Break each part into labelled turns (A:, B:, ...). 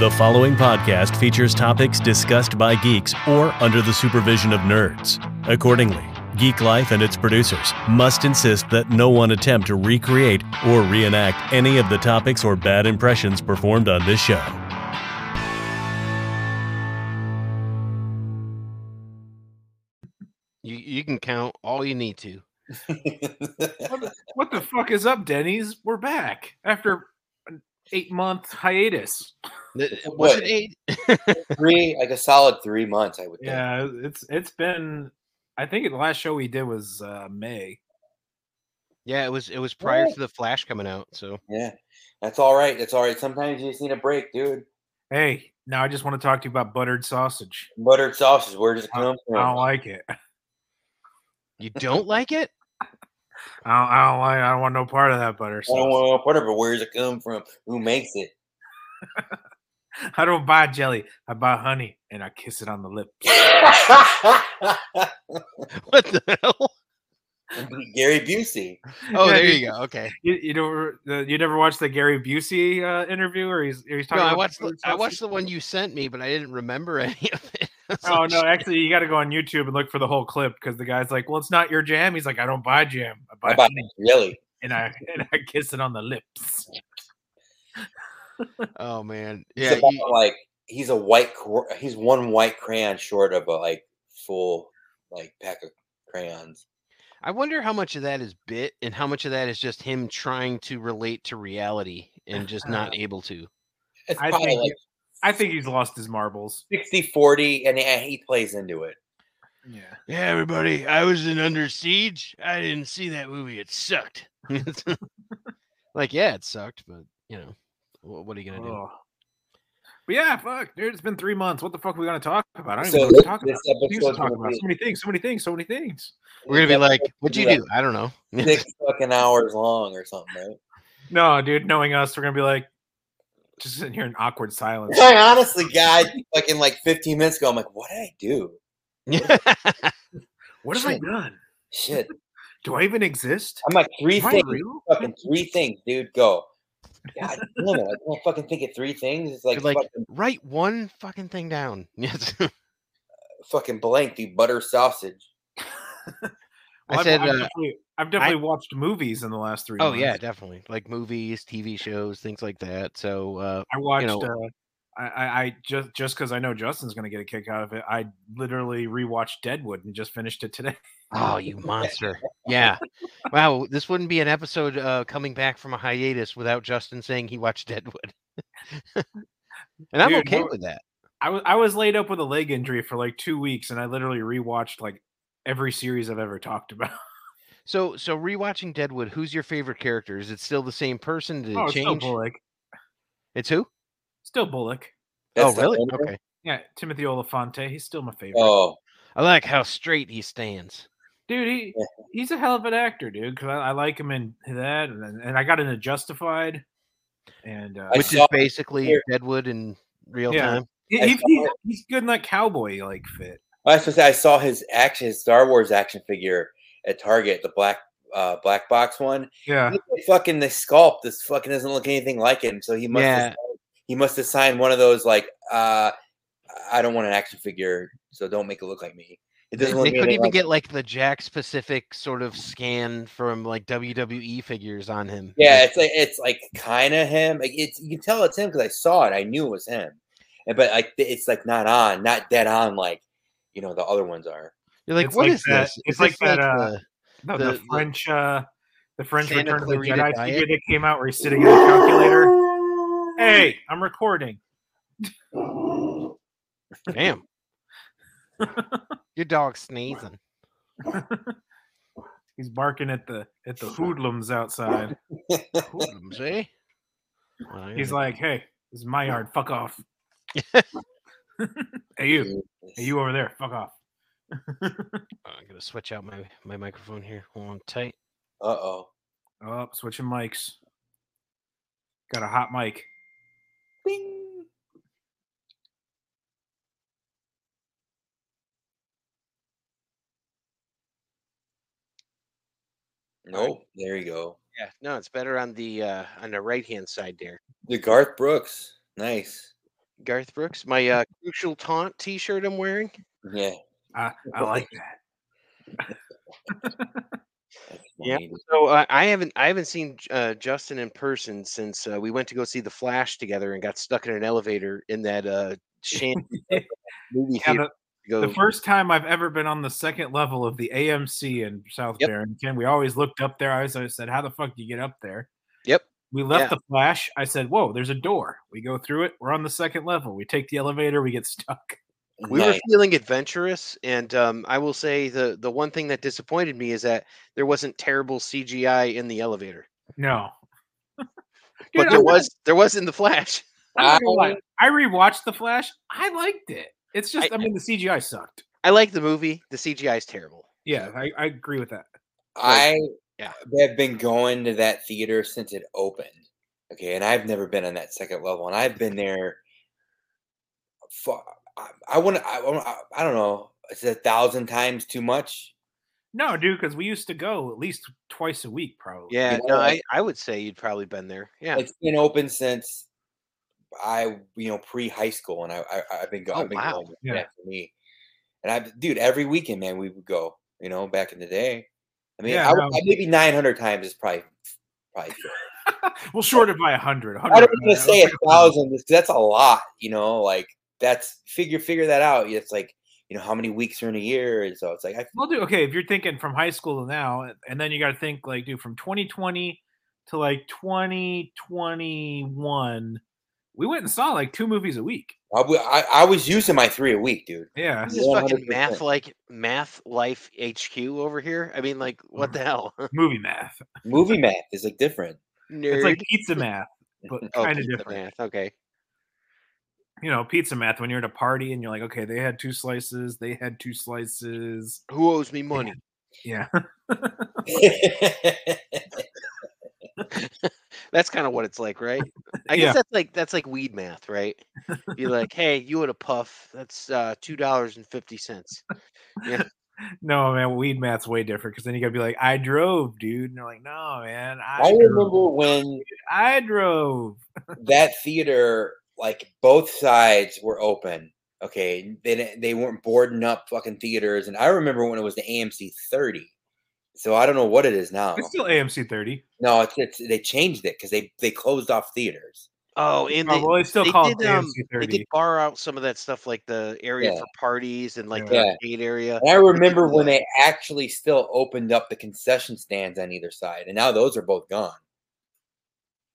A: The following podcast features topics discussed by geeks or under the supervision of nerds. Accordingly, Geek Life and its producers must insist that no one attempt to recreate or reenact any of the topics or bad impressions performed on this show.
B: You you can count all you need to.
C: what, what the fuck is up, Denny's? We're back after an eight month hiatus.
B: Th- Was
D: What?
B: it eight?
D: three, like a solid three months, I would think.
C: Yeah, it's it's been. I think the last show we did was uh, May.
B: Yeah, it was it was prior
D: Yeah.
B: to the Flash coming out. So
D: Yeah. That's all right. That's all right. Sometimes you just need a break, dude.
C: Hey, now I just want to talk to you about buttered sausage.
D: Buttered sausage, where does it come from?
C: I don't like it. I
B: you don't like it?
C: don't, I don't like. I don't want no part of that butter
D: I don't
C: sausage.
D: want to butter, but where does it come from? Who makes it?
C: I don't buy jelly. I buy honey, and I kiss it on the lips.
B: What the hell?
D: Gary Busey.
B: Oh,
C: Yeah,
B: there you go. Okay.
C: You, you don't. The, you never watched the Gary Busey uh, interview, or he's, or he's
B: No,
C: talking.
B: I
C: about
B: watched the,
C: buttered
B: I
C: sausage?
B: watched the one you sent me, but I didn't remember any of it. I was
C: Oh
B: like,
C: no! Actually, you got to go on YouTube and look for the whole clip because the guy's like, "Well, it's not your jam." He's like, "I don't buy jam. I buy,
D: I buy
C: honey,
D: jelly.
C: and I and I kiss it on the lips."
B: "Shit." Oh man.
D: He's
B: Yeah.
D: about,
B: you-
D: like he's a white cor- he's one white crayon short of a like full like pack of crayons.
B: I wonder how much of that is bit and how much of that is just him trying to relate to reality and just not able to.
D: It's
C: I
D: probably
C: think
D: like
C: I think he's lost his marbles.
D: 60 40 and and he plays into it.
C: Yeah.
B: Yeah, everybody. I was in Under Siege. I didn't see that movie. It sucked. like, yeah, it sucked, but you know, wh- what are you gonna do?
C: Ugh. But yeah, fuck, dude, it's been three months. What the fuck are we gonna talk about? I don't
D: So
C: even know what to
D: this-
C: talk
D: this
C: about. We used to
D: episode's
C: talk
D: gonna
C: about
D: be-
C: so many things, so many things, so many things.
B: We're gonna be like, "What'd you
D: like
B: do?" I don't know.
D: six fucking hours long or something, right?
C: No, dude, knowing us, we're gonna be like just sitting here in awkward silence.
D: I honestly, guys, like in like 15 minutes ago, I'm like, what did I do?
C: What have I done?
D: Shit,
C: Do I even exist?
D: I'm like three
C: Am I
D: things,
C: real?
D: fucking three things, dude. Go. God damn it! I can't fucking think of three things. It's like,
B: Like-
D: fucking,
B: Write one fucking thing down. Yes.
D: fucking blank, dude. Butter sausage.
B: I
C: I've-
B: said,
C: I've,
B: uh,
C: definitely, I've definitely watched movies in the last three.
B: oh
C: months.
B: yeah, definitely. Like movies, TV shows, things like that. So, uh,
C: I watched.
B: know-
C: uh, I, I, I just just because I know Justin's gonna get a kick out of it. I literally rewatched Deadwood and just finished it today.
B: oh, you monster. Yeah. Wow. This wouldn't be an episode uh, coming back from a hiatus without Justin saying he watched Deadwood. and I'm
C: Dude,
B: okay
C: no-
B: with that.
C: I was I was laid up with a leg injury for like two weeks, and I literally rewatched like every series I've ever talked about.
B: So, so rewatching Deadwood, who's your favorite character? Is it still the same person? Did it
C: oh, it's still
B: change?
C: Bullock.
B: It's who?
C: Still Bullock.
B: Oh,
D: That's the
B: really?
D: only one?
B: Okay.
C: Yeah, Timothy Olafonte. He's still my favorite.
D: Oh,
B: I like how straight he stands.
C: Dude, he,
D: Yeah.
C: he's a hell of an actor, dude. Because I, I like him in that, and, then- and I got into Justified, and uh,
D: I
B: which is
D: saw it
B: basically
D: here.
B: Deadwood in real
C: Yeah.
B: time.
C: he-
D: I
C: he-
D: saw
C: he's,
D: it.
C: he's good in that cowboy like fit.
D: I was supposed to say I saw his action, his Star Wars action figure at Target, the black uh black box one.
C: Yeah,
D: Look at fucking the sculpt. This fucking doesn't look anything like him. So he must have
B: Yeah.
D: signed- he must have signed one of those like uh I don't want an action figure, so don't make it look like me. It
B: They,
D: doesn't look
B: they couldn't
D: anything
B: even
D: like
B: get like the Jack specific sort of scan from like WWE figures on him.
D: yeah, it's like it's like kind of him. Like, it's you can tell it's him because I saw it. I knew it was him, and, but like it's like not on, not dead on like you know the other ones are.
B: You're like,
C: It's
B: what
C: like
B: is
C: that-
B: this?
C: it's
B: Is
C: like
B: this
C: that, uh,
B: the-
C: the, the
B: The- the-
C: French, uh, the French
B: Santa
C: Return of the
B: Clarita
C: Jedi
B: Diet?
C: figure that came out where he's sitting in a
B: Uh,
C: calculator. Hey, I'm recording.
B: damn. Your dog's sneezing.
C: He's barking at the at the hoodlums outside.
B: Hoodlums, eh? Well, I
C: He's
B: gotta-
C: like, "Hey, this is my yard. Fuck off." hey you, hey you over there. Fuck off.
B: Uh, I'm gonna switch out my my microphone here. Hold on tight.
D: Uh oh.
C: Oh, switching mics. Got a hot mic.
B: Alright.
D: Nope. There you go.
B: Yeah, no, it's better on the uh on the right hand side there.
D: The Garth Brooks. Nice.
B: Garth Brooks, my uh, crucial taunt T-shirt I'm wearing.
D: Yeah.
C: I, I like that.
D: that's
B: Yeah.
D: funny.
B: So uh, I haven't I haven't seen J- uh, Justin in person since uh, we went to go see The Flash together and got stuck in an elevator in that uh, shanty movie
C: Yeah,
B: theater.
C: the,
B: to go-
C: the first time I've ever been on the second level of the AMC in South
D: Yep.
C: Barrington, we always looked up there. I always, always said, "How the fuck do you get up there?"
B: Yep.
C: We left
B: Yeah.
C: the flash. I said, "Whoa, there's a door." We go through it. We're on the second level. We take the elevator. We get stuck.
B: we were
D: Nice.
B: feeling adventurous, and um, I will say the the one thing that disappointed me is that there wasn't terrible CGI in the elevator,
C: No, Dude,
B: but there
C: I'm not-
B: was there was in The Flash.
C: I'm not gonna lie. I rewatched the Flash. I liked it. It's just, I,
B: I-
C: mean, the CGI sucked.
B: I like the movie. The CGI is terrible.
C: Yeah, I, I agree with that.
D: I
B: yeah.
D: have been going to that theater since it opened. Okay, and I've never been on that second level, and I've been there. For, I, I want to. I, wanna- I- I don't know. It's a thousand times too much.
C: No, dude, because we used to go at least twice a week, probably.
B: Yeah,
D: know,
B: no, I,
D: like-
B: I would say you'd probably been there. Yeah.
D: It's been open since I, you know, pre high school, and I, I I've been, go-
B: Oh,
D: I've been
B: wow.
D: going.
C: Yeah.
D: for me, and I, dude, every weekend, man, we would go. You know, back in the day. I mean,
C: Yeah,
D: I,
C: no.
D: I- maybe nine hundred times is probably probably. fair.
C: well, shorted by a hundred.
D: I don't want to say a
C: "Oh,
D: thousand. just 'cause That's a lot, you know. Like that's figure figure that out. It's like you know how many weeks are in a year, and so it's like I,
C: Well, dude, okay, if you're thinking from high school to now, and then you got to think like, dude, from 2020 to like 2021, we went and saw like two movies a week.
D: I w- I, I was using my three a week, dude.
C: Yeah.
B: This is fucking
D: 100%.
B: math like math life HQ over here. I mean, like,
C: Mm.
B: what the hell,
C: Movie math.
D: Movie math is like different.
B: nerd?
C: It's like pizza math, but
B: Oh,
C: kind of
B: pizza
C: different.
B: math. Okay,
C: You know, pizza math when you're at a party and you're like, okay, they had two slices, they had two slices.
B: who owes me money?
C: Yeah.
B: That's kind of what it's like, right? I guess
C: Yeah.
B: that's like that's like weed math, right? You're like, hey, you had a puff. That's uh, two dollars and fifty cents.
C: No, man, weed math's way different because then you gotta be like, I drove, dude. And they're like, no, man, I,
D: I
C: drove.
D: remember when
C: I drove.
D: that theater, like both sides were open. Okay, they didn't- they weren't boarding up fucking theaters, and I remember when it was the AMC thirty. So I don't know what it is now.
B: Oh.
C: It's still AMC 30.
D: No, it's, it's they changed it because they they closed off theaters.
B: Oh, and
C: Oh,
B: they,
C: well, it's still
B: they
C: called
B: did, um,
C: AMC
B: they
C: 30.
B: did bar out some of that stuff, like the area
D: Yeah.
B: for parties and like
D: Yeah.
B: the arcade area.
D: And I remember when
B: Yeah.
D: they actually still opened up the concession stands on either side, and now those are both gone.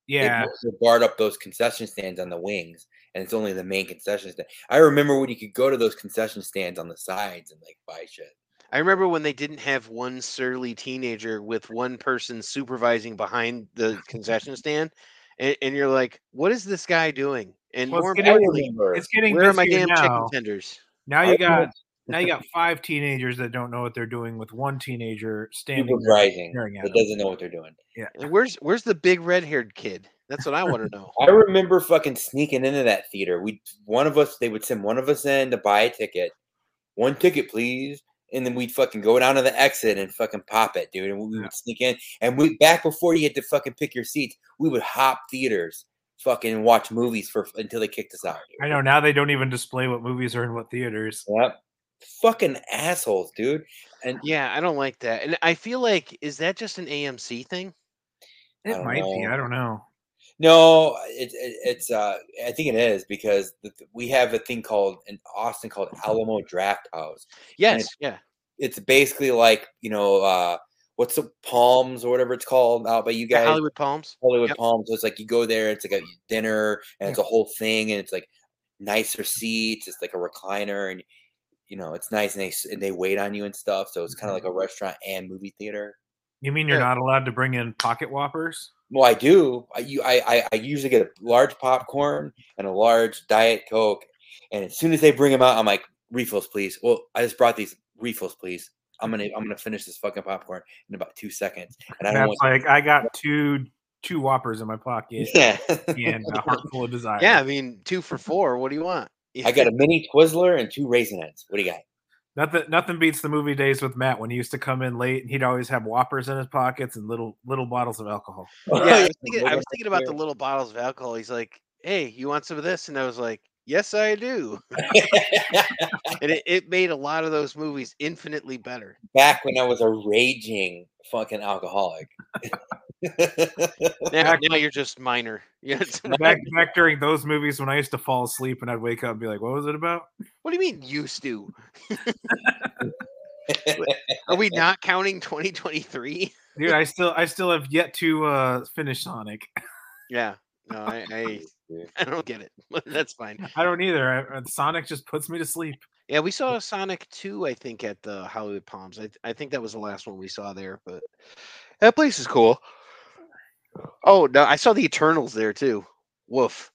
D: They
C: yeah.
D: bo- They barred up those concession stands on the wings, and it's only the main concession stand. I remember when you could go to those concession stands on the sides and like buy shit.
B: I remember when they didn't have one surly teenager with one person supervising behind the concession stand, and, and you're like, "What is this guy doing?" And
C: Well,
B: more
C: it's
D: I
C: getting-
B: importantly,
D: remember.
C: It's getting
B: where are my
C: busier
B: damn chicken
C: now.
B: tenders?
C: Now
D: I
C: you
D: remember
C: got now you got five teenagers that don't know what they're doing with one teenager standing
D: people
C: there
D: rising
C: staring at
D: that
C: them.
D: doesn't know what they're doing.
B: And where's where's the big red haired kid? That's what I want to know.
D: I remember fucking sneaking into that theater. We one of us they would send one of us in to buy a ticket, one ticket please, and then we'd fucking go down to the exit and fucking pop it, dude. And we
C: Yeah.
D: would sneak in, and we back before you had to fucking pick your seats, we would hop theaters, fucking watch movies for until they kicked us out.
C: I
D: dude.
C: know now they don't even display what movies are in what theaters.
D: Yep. Fucking assholes, dude.
B: Yeah, I don't like that, and I feel like is that just an AMC thing?
D: I
C: It
D: don't
C: might be.
D: know.
C: I don't know.
D: No, it, it, it's uh, I think it is because th- th- we have a thing called in Austin called Alamo Draft House.
B: Yes, yeah.
D: it's basically like you know uh what's the palms or whatever it's called out by you
B: The
D: guys hollywood,
B: Hollywood Palms. yep.
D: palms so it's like you go there it's like a dinner and it's a whole thing and it's like nicer seats it's like a recliner and you know it's nice and they s- and they wait on you and stuff so it's kind
B: Mm-hmm.
D: of like a restaurant and movie theater
C: You mean you're
B: Yeah.
C: not allowed to bring in pocket whoppers?
D: well i do i you I, I i usually get a large popcorn and a large diet coke and as soon as they bring them out i'm like refills please well i just brought these refills please i'm gonna i'm gonna finish this fucking popcorn in about two seconds and i don't
C: That's
D: want
C: like I got two two whoppers in my pocket
D: Yeah.
C: and a heart full of desire.
B: Yeah, I mean two for four. What do you want?
D: I got a mini Twizzler and two Raisinets. What do you got?
C: Nothing nothing beats the movie days with Matt when he used to come in late and he'd always have whoppers in his pockets and little little bottles of alcohol.
B: Yeah, I was thinking,
D: What
B: I
D: do
B: was thinking about the
D: care?
B: little bottles of alcohol. He's like, "Hey, you want some of this?" And I was like, Yes, I do. and it, it made a lot of those movies infinitely better.
D: Back when I was a raging fucking alcoholic.
B: Now, now you're just minor. Yeah, it's-
C: Back back during those movies when I used to fall asleep and I'd wake up and be like, "What was it about?"
B: what do you mean used to? Are we not counting 2023?
C: Dude, I still I still have yet to uh finish Sonic.
B: Yeah. No, I, I I don't get it. but That's fine.
C: I don't either. I, uh, Sonic just puts me to sleep.
B: Yeah, we saw Sonic 2, I think, at the Hollywood Palms. I, I think that was the last one we saw there, but that place is cool. Oh, no, I saw the Eternals there too. Woof.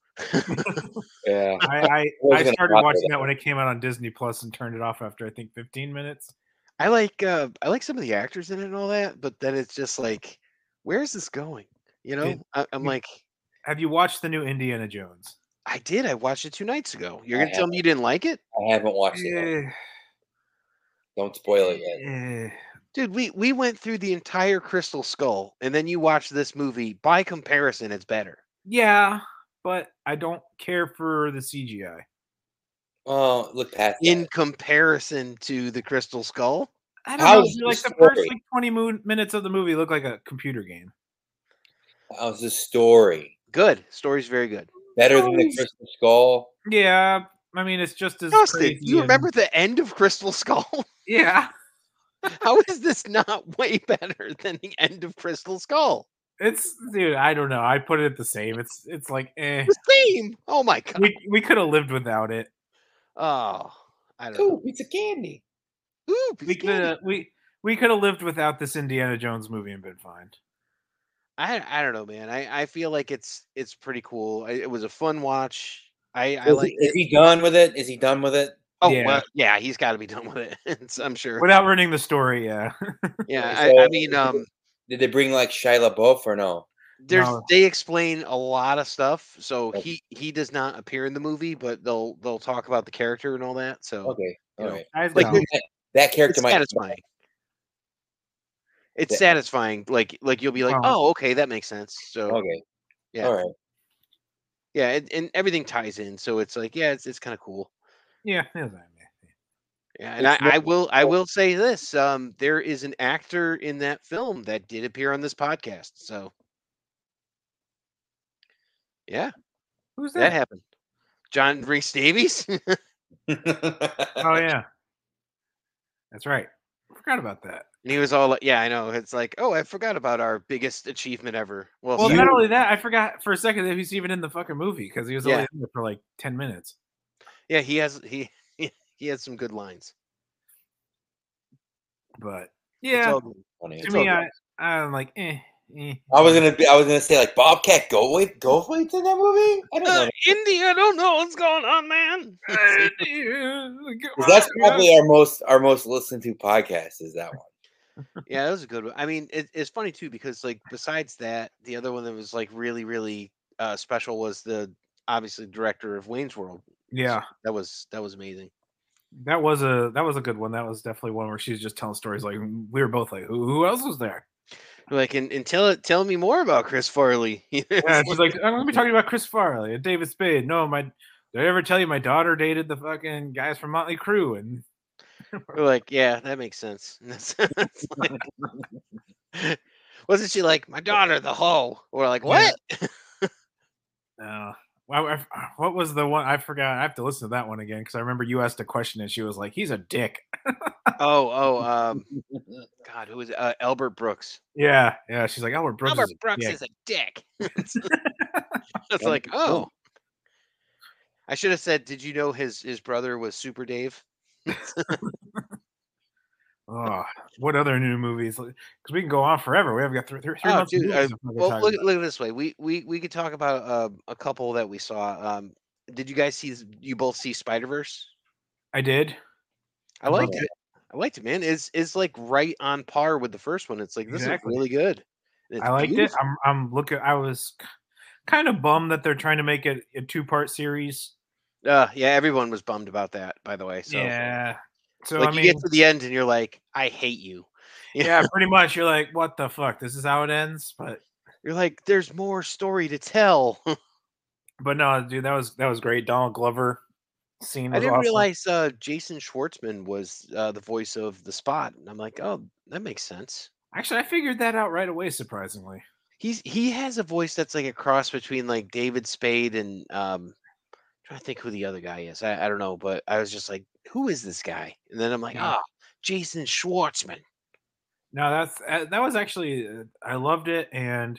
D: yeah.
C: I I,
D: was
C: I
D: gonna
C: started
D: talk
C: watching
D: about
C: that when it came out on Disney Plus and turned it off after I think 15 minutes.
B: I like uh I like some of the actors in it and all that, but then it's just like, where is this going? You know, I, I'm
C: you-
B: like,
C: Have you watched the new Indiana Jones?
B: I did. I watched it two nights ago. You're
D: I
B: gonna tell me you didn't like it,
D: I haven't watched it. yet.
C: Eh,
D: Don't spoil it yet.
C: eh.
B: dude? We we went through the entire Crystal Skull, and then you watch this movie. By comparison, it's better.
C: Yeah, but I don't care for the CGI.
D: Oh, look past
B: In
D: that.
B: comparison to the Crystal Skull,
C: I don't know.
D: How's
C: dude,
D: the
C: Like the first
D: story?
C: like 20 mo- minutes of the movie look like a computer game.
D: How's the story?
B: good story's very good.
D: Better than the
C: Nice.
D: Crystal Skull?
C: Yeah, I mean it's just as
B: Justin,
C: crazy
B: you
C: and-
B: remember the end of Crystal Skull?
C: Yeah.
B: How is this not way better than the end of Crystal Skull?
C: It's dude, I don't know. I put it the same. It's it's like eh.
B: The same. Oh my god.
C: We we could have lived without it.
B: Oh, I don't know.
D: Cool, pizza candy.
B: Ooh,
C: We
B: piece of
C: could
B: candy.
C: have we we could have lived without this Indiana Jones movie and been fine.
B: I I don't know, man. I I feel like it's it's pretty cool. I, it was a fun watch. I I
D: Is,
B: like.
D: is he done with it? Is he done with it?
B: Oh
C: yeah.
B: well, yeah. He's got to be done with it. It's- I'm sure.
C: Without ruining the story, yeah.
B: Yeah.
D: So,
B: I, I mean, um,
D: Did they bring like Shia LaBeouf or no?
B: there's
C: No.
B: they explain a lot of stuff. So
D: Okay.
B: he he does not appear in the movie, but they'll they'll talk about the character and all that. So
D: Okay,
B: You
D: all
B: know,
D: right.
C: I
B: Like,
C: don't-
B: there's-
D: That, that character
B: it's
D: might.
B: satisfying. It's
D: Yeah.
B: satisfying. Like like you'll be like,
C: Oh.
B: oh, okay, that makes sense. So
D: Okay.
B: Yeah.
D: All right.
B: yeah, and, and everything ties in. So it's like, yeah, it's it's kind of cool.
C: yeah, it was like, eh.
B: Yeah, and I,
D: It's
B: I will I will say this. Um, there is an actor in that film that did appear on this podcast. So yeah,
C: Who's
B: that
C: that?
B: happened. John Reese Davies.
C: Oh yeah. That's right. I forgot about that.
B: and he was all like, Yeah, I know. It's like, oh, I forgot about our biggest achievement ever. Well,
C: Well,
B: so-
C: not only that, I forgot for a second that he's even in the fucking movie because he was only
B: Yeah.
C: in there for like ten minutes.
B: yeah, he has he he has some good lines.
C: But
B: It's
C: yeah,
B: all good.
D: Funny.
C: to
B: all
C: me,
B: good.
C: I, I'm like, eh, eh.
D: I was gonna be, I was gonna say like Bobcat Go Wait Go Wait's in that movie. I don't know.
B: Uh, Indy, I don't know what's going on, man.
D: Because that's probably our most our most listened to podcast is that one.
B: Yeah, that was a good one. I mean, it, it's funny too because like besides that, the other one that was like really, really uh, special was the obviously director of Wayne's World.
C: yeah.
B: That was that was amazing.
C: That was a that was a good one. That was definitely one where she's just telling stories. Like we were both like, who, who else was there?
B: Like and, and tell it tell me more about Chris Farley.
C: Yeah, she's like, "Oh, I'm gonna be talking about Chris Farley and David Spade. No, my did I ever tell you my daughter dated the fucking guys from Motley Crue? And
B: We're like, yeah, that makes sense. And it's- it's like- wasn't she like my daughter the hoe? We're like,
C: Yeah.
B: what?
C: uh, wow, I f- what was the one I forgot? I have to listen to that one again because I remember you asked a question and she was like, he's a dick.
B: oh, oh, um, God, who was it? uh, Albert Brooks?
C: Yeah, yeah. She's like, Albert Brooks. is
B: Albert
C: a
B: Brooks
C: dick."
B: is a dick. It's like, oh. I should have said, did you know his his brother was Super Dave?
C: Oh, what other new movies? Because we can go on forever. We have got three, three, three
B: Oh,
C: months.
B: dude, I- Well, look, look at it this way. We we we could talk about uh, a couple that we saw. Um, did you guys see? You both see Spider Verse?
C: I did.
B: I
C: I love
B: liked it. I liked it, man. It's it's like right on par with the first one. It's like this
C: Exactly.
B: is really good. And it's
C: I liked it.
B: beautiful.
C: I'm, I'm looking. I was k- kind of bummed that they're trying to make it a two part series.
B: Uh, yeah, everyone was bummed about that, by the way. So
C: yeah. So
B: like
C: I
B: you
C: mean,
B: get to the end and you're like, I hate you.
C: yeah, pretty much. You're like, what the fuck? This is how it ends. But
B: You're like, there's more story to tell.
C: But no, dude, that was that was great. Donald Glover scene. Was
B: I didn't
C: awesome.
B: realize uh, Jason Schwartzman was uh, the voice of the spot, and I'm like, oh, that makes sense.
C: Actually, I figured that out right away. Surprisingly,
B: He's he has a voice that's like a cross between like David Spade and um, trying to think who the other guy is. I, I don't know, but I was just like, who is this guy? And then I'm like,
C: Yeah.
B: ah, Jason Schwartzman.
C: no, that's uh, that was actually uh, I loved it. And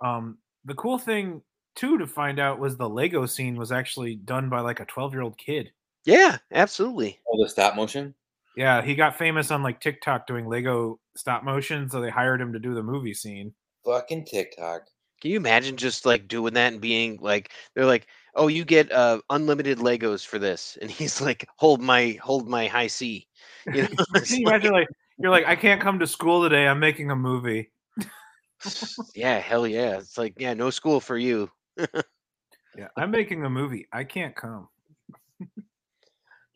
C: um, the cool thing too to find out was the Lego scene was actually done by like a twelve year old kid.
B: Yeah, absolutely.
D: All Oh, the stop motion.
C: Yeah, he got famous on like TikTok doing Lego stop motion, so they hired him to do the movie scene.
D: Fucking TikTok.
B: Can you imagine just like doing that and being like, they're like, oh, you get uh, unlimited Legos for this, and he's like, hold my hold my high C. You know, it's
C: Can you
B: like-
C: imagine like you're like I can't come to school today. I'm making a movie.
B: yeah, hell yeah. It's like, yeah, no school for you.
C: Yeah, I'm making a movie. I can't come.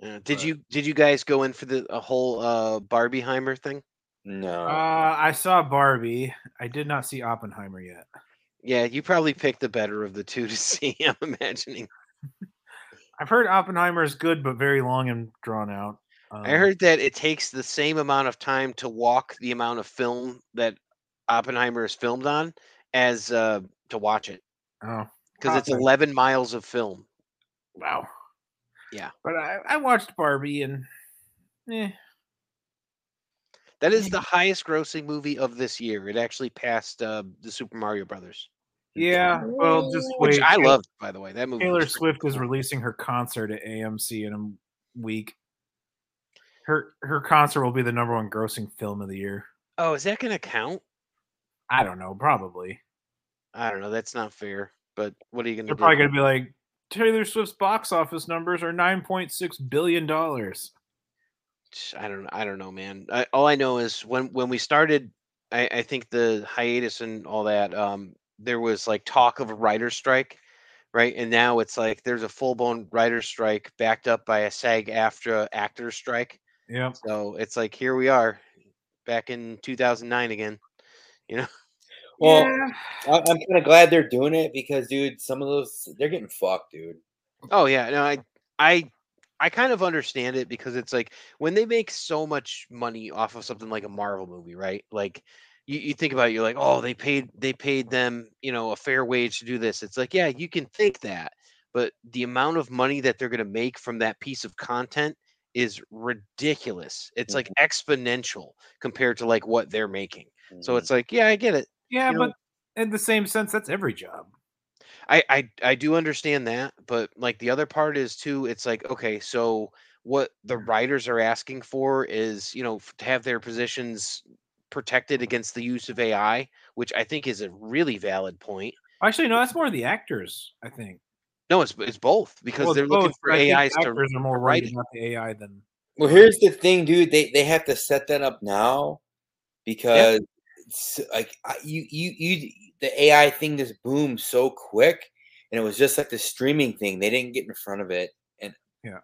B: Uh, did
D: Right.
B: you did you guys go in for the a whole uh Barbieheimer thing?
D: No.
C: Uh, I saw Barbie. I did not see Oppenheimer yet.
B: Yeah, you probably picked the better of the two to see. I'm imagining.
C: I've heard Oppenheimer is good, but very long and drawn out. Um,
B: I heard that it takes the same amount of time to walk the amount of film that Oppenheimer is filmed on as uh to watch it
C: Oh
B: because it's
C: Awesome.
B: 11 miles of film.
C: wow.
B: Yeah.
C: but I, I watched Barbie and eh,
B: That is the highest grossing movie of this year. It actually passed uh, the Super Mario Brothers,
C: yeah. Well, just
B: which
C: wait.
B: I
C: Ta-
B: loved, by the way. That movie.
C: Taylor
B: was freaking
C: Swift is
B: cool.
C: releasing her concert at AMC in a week. Her her concert will be the number one grossing film of the year.
B: Oh, is that going to count?
C: I don't know, probably.
B: I don't know. That's not fair. But what are you going to
C: They're
B: do?
C: probably going to be like Taylor Swift's box office numbers are 9.6 billion dollars.
B: Tch, I don't. I don't know, man. I, all I know is when when we started, I, I think the hiatus and all that. Um, there was like talk of a writer strike, right? And now it's like there's a full blown writer strike backed up by a SAG-AFTRA actor strike.
C: Yep.
B: So it's like here we are, back in 2009 again.
D: Well,
C: yeah.
D: I- I'm kind of glad they're doing it because, dude, some of those they're getting fucked, dude.
B: Oh yeah, no, I I I kind of understand it because it's like when they make so much money off of something like a Marvel movie, right? Like you, you think about it, you're like, oh, they paid they paid them, you know, a fair wage to do this. It's like, yeah, you can think that, but the amount of money that they're gonna make from that piece of content is ridiculous. It's like exponential compared to like what they're making. So
D: Mhm.
B: it's like, yeah, I get it.
C: Yeah,
B: you know-
C: but in the same sense, that's every job.
B: I, I I do understand that, but like the other part is too. It's like okay, so what the
C: Mm.
B: writers are asking for is you know f- to have their positions protected against the use of AI, which I think is a really valid point.
C: Actually, no, that's more the actors, I think.
B: No, it's it's both because
C: Well,
B: they're looking
C: both,
B: for
C: but I think
B: AIs to
C: actors are more worried
B: writing.
C: about the AI than
D: Well, here's the thing, dude. They they have to set that up now because it's, like I- you you you the AI thing just boomed so quick, and it was just like the streaming thing. They didn't get in front of it, and
C: Yeah.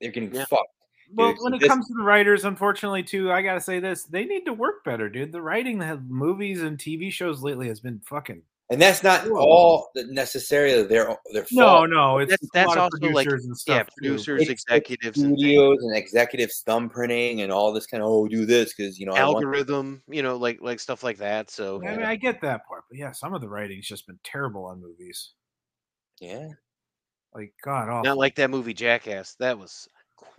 D: they're getting
B: Yeah.
D: fucked.
C: Well,
D: Dude,
C: when
D: so
C: it
D: this-
C: comes to the writers, unfortunately, too, I gotta say this: they need to work better, dude. The writing of movies and TV shows lately has been fucking.
D: And that's not
C: Whoa.
D: all that necessarily their their
C: No,
D: fault.
C: no, it's
B: that's-
C: a lot
B: that's
C: of
B: also, like,
C: producers and
B: Yeah,
C: stuff. too.
B: producers,
D: It's- it's
B: executives, and things.
D: Studios and executives thumb printing and all this kind of oh do this because you know I want
B: algorithm, you know, like like stuff like that. So
C: I mean, I get that part, but yeah, some of the writing's just been terrible on movies.
D: yeah
C: Like god, awful.
B: not like that movie Jackass. That was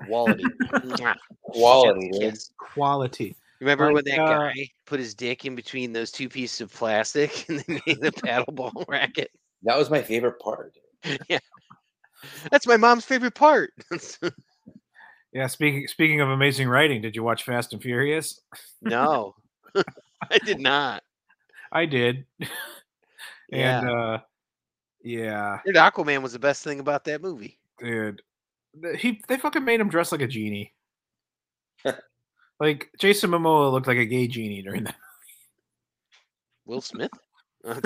B: quality. Mwah.
D: quality. dude.
B: Yes.
C: quality.
B: Remember
C: Like,
B: when that
C: uh,
B: guy put his dick in between those two pieces of plastic and they made the paddle ball racket?
D: That was my favorite part.
B: yeah. That's my mom's favorite part.
C: Yeah, speaking speaking of amazing writing, did you watch Fast and Furious?
B: no, I did not.
C: I did,
B: Yeah.
C: and uh yeah,
B: Dude, Aquaman was the best thing about that movie.
C: dude. Th- He they fucking made him dress like a genie. like Jason Momoa looked like a gay genie during that.
B: Will Smith? Uh,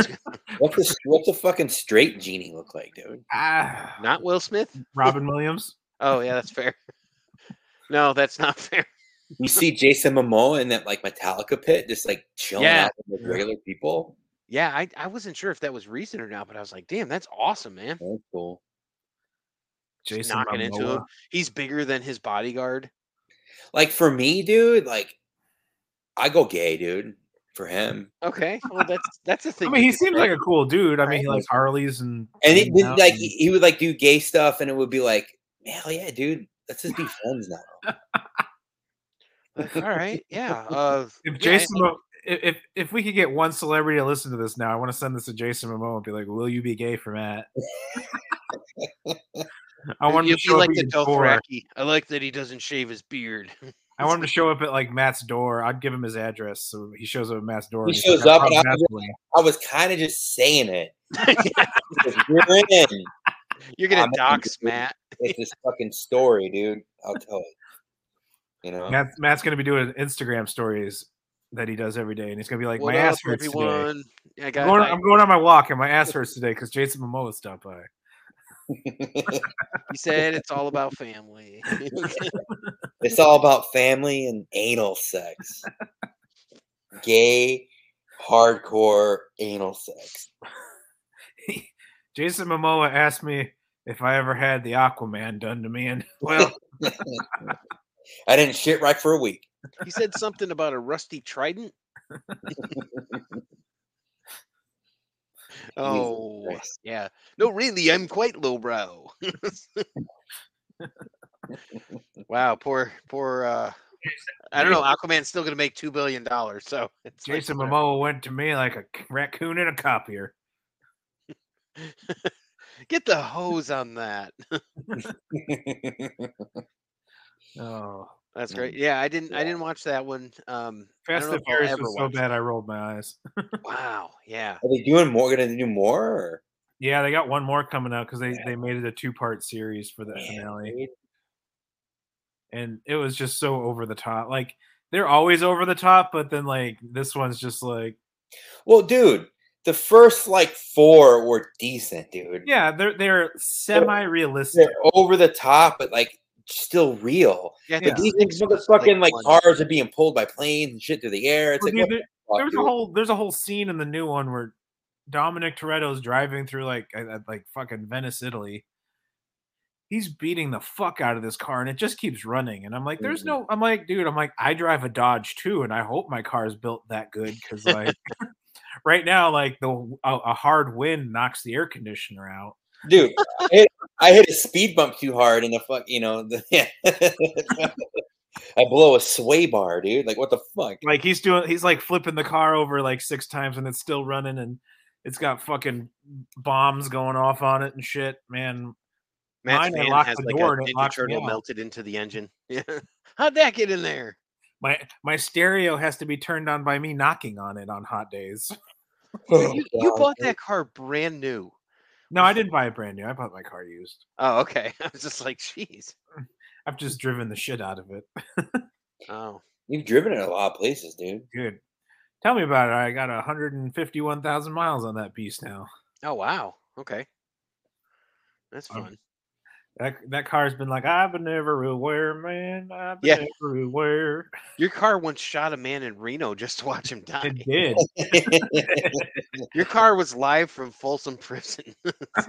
D: What's the what's a fucking straight genie look like, dude?
C: Ah,
B: not Will Smith?
C: Robin Williams.
B: Oh, yeah, that's fair. No, that's not fair.
D: You see Jason Momoa in that like Metallica pit, just like chilling
B: Yeah.
D: out with regular people.
B: yeah, I, I wasn't sure if that was recent or not, but I was like, damn, that's awesome, man.
D: That's cool.
B: Just knocking into him.
C: Momoa.
B: He's bigger than his bodyguard.
D: Like for me, dude, like I go gay, dude. For him,
B: Okay, well that's that's a thing.
C: I mean,
B: you
C: he
B: can
C: seems
B: say.
C: like a cool dude. I mean,
D: Right.
C: he likes Harleys and
D: and it
C: hanging
D: didn't
C: out
D: like
C: and-
D: he, he would like do gay stuff, and it would be like, hell yeah, dude. Let's just be friends now.
B: Like, all right, yeah. Uh, yeah,
C: if
B: I-
C: Jason, Mo- if, if if we could get one celebrity to listen to this now, I want to send this to Jason Momoa and be like, "Will you be gay for Matt?" I want him
B: you'd
C: to
B: be
C: show up
B: like
C: at
B: the
C: your door.
B: Dothraki. I like that he doesn't shave his beard.
C: I want him to show up at like Matt's door. I'd give him his address, so he shows up at Matt's door.
D: He
C: and he's
D: shows
C: like, "I
D: up and
C: brought
D: I'll
C: Matt's
D: be
C: way."
D: I was kind of just saying it. Because You're in.
B: You're gonna
D: I'm not gonna
B: dox
D: do it.
B: Matt.
D: It's this fucking story, dude. I'll tell it. You know,
C: Matt's, Matt's gonna be doing Instagram stories that he does every day, and he's gonna be like,
B: What
C: "My
B: up,
C: ass hurts today."
B: everyone? I
C: I'm
B: got.
C: going,
B: I-
C: I'm going on my walk, and my ass hurts today because Jason Momoa stopped by.
B: he said it's all about family.
D: it's all about family and anal sex. Gay, hardcore anal sex.
C: Jason Momoa asked me if I ever had the Aquaman done to me, and well,
D: I didn't shit right for a week.
B: he said something about a rusty trident. oh
D: Christ.
B: yeah. No, really, I'm quite lowbrow. wow, poor poor uh I don't know, Aquaman's still gonna make two billion dollars, so it's like,
C: Jason
B: whatever.
C: Momoa went to me like a c- raccoon in a copier.
B: get the hose on that.
C: Oh,
B: That's
D: Mm.
B: great. Yeah, I didn't I didn't watch that one. Um I
C: Fast
B: don't know if
C: and
B: I'll
C: Furious
B: ever
C: was so
B: watch
C: bad I rolled my eyes.
B: that. Wow, yeah.
D: Are they doing more? Gonna do more? Or?
C: Yeah, they got one more coming out because they they made it a two part series for the
D: Yeah,
C: finale, and it was just so over the top. Like they're always over the top, but then like this one's just like,
D: Well, dude, the first like four were decent, dude.
C: yeah, they're they're semi realistic.
D: They're over the top, but like still real.
B: Yeah, I think
D: Like these
B: six
D: things
B: was,
D: motherfucking like
B: one.
D: cars are being pulled by planes and shit through the air. It's
C: Well,
D: like
C: dude,
D: what the fuck,
C: there, there was a
D: dude?
C: whole there's a whole scene in the new one where Dominic Toretto's driving through like I- I- like fucking Venice, Italy. He's beating the fuck out of this car and it just keeps running. And I'm like, there's
D: Mhm.
C: no I'm like, dude, I'm like, I drive a Dodge too, and I hope my car is built that good because like right now, like the a, a hard wind knocks the air conditioner out.
D: dude. I hit, I hit a speed bump too hard in the fuck, you know. The, I blow a sway bar, dude. Like what the fuck?
C: Like he's doing he's like flipping the car over like six times and it's still running and it's got fucking bombs going off on it and shit. Man,
B: Matt's
C: Mine, I
B: fan
C: locked
B: has
C: the
B: like
C: door
B: a
C: and it
B: Ninja
C: locked me
B: Turtle
C: out.
B: melted into the engine. Yeah. How'd that get in there?
C: My my stereo has to be turned on by me knocking on it on hot days.
D: Oh,
B: You, you
D: God,
B: bought
D: dude.
B: that car brand new.
C: No, I didn't buy it brand new. I bought my car used.
B: Oh, okay. I was just like, jeez.
C: I've just driven the shit out of it.
B: Oh,
D: You've driven it a lot of places, dude.
C: Dude, tell me about it. I got 151,000 miles on that beast now.
B: oh, wow. Okay, that's
C: Um,
B: fun.
C: That that car's been like I've been everywhere, man. I've been
B: Yeah.
C: everywhere.
B: Your car once shot a man in Reno just to watch him die.
C: It did.
B: Your car was live from Folsom Prison.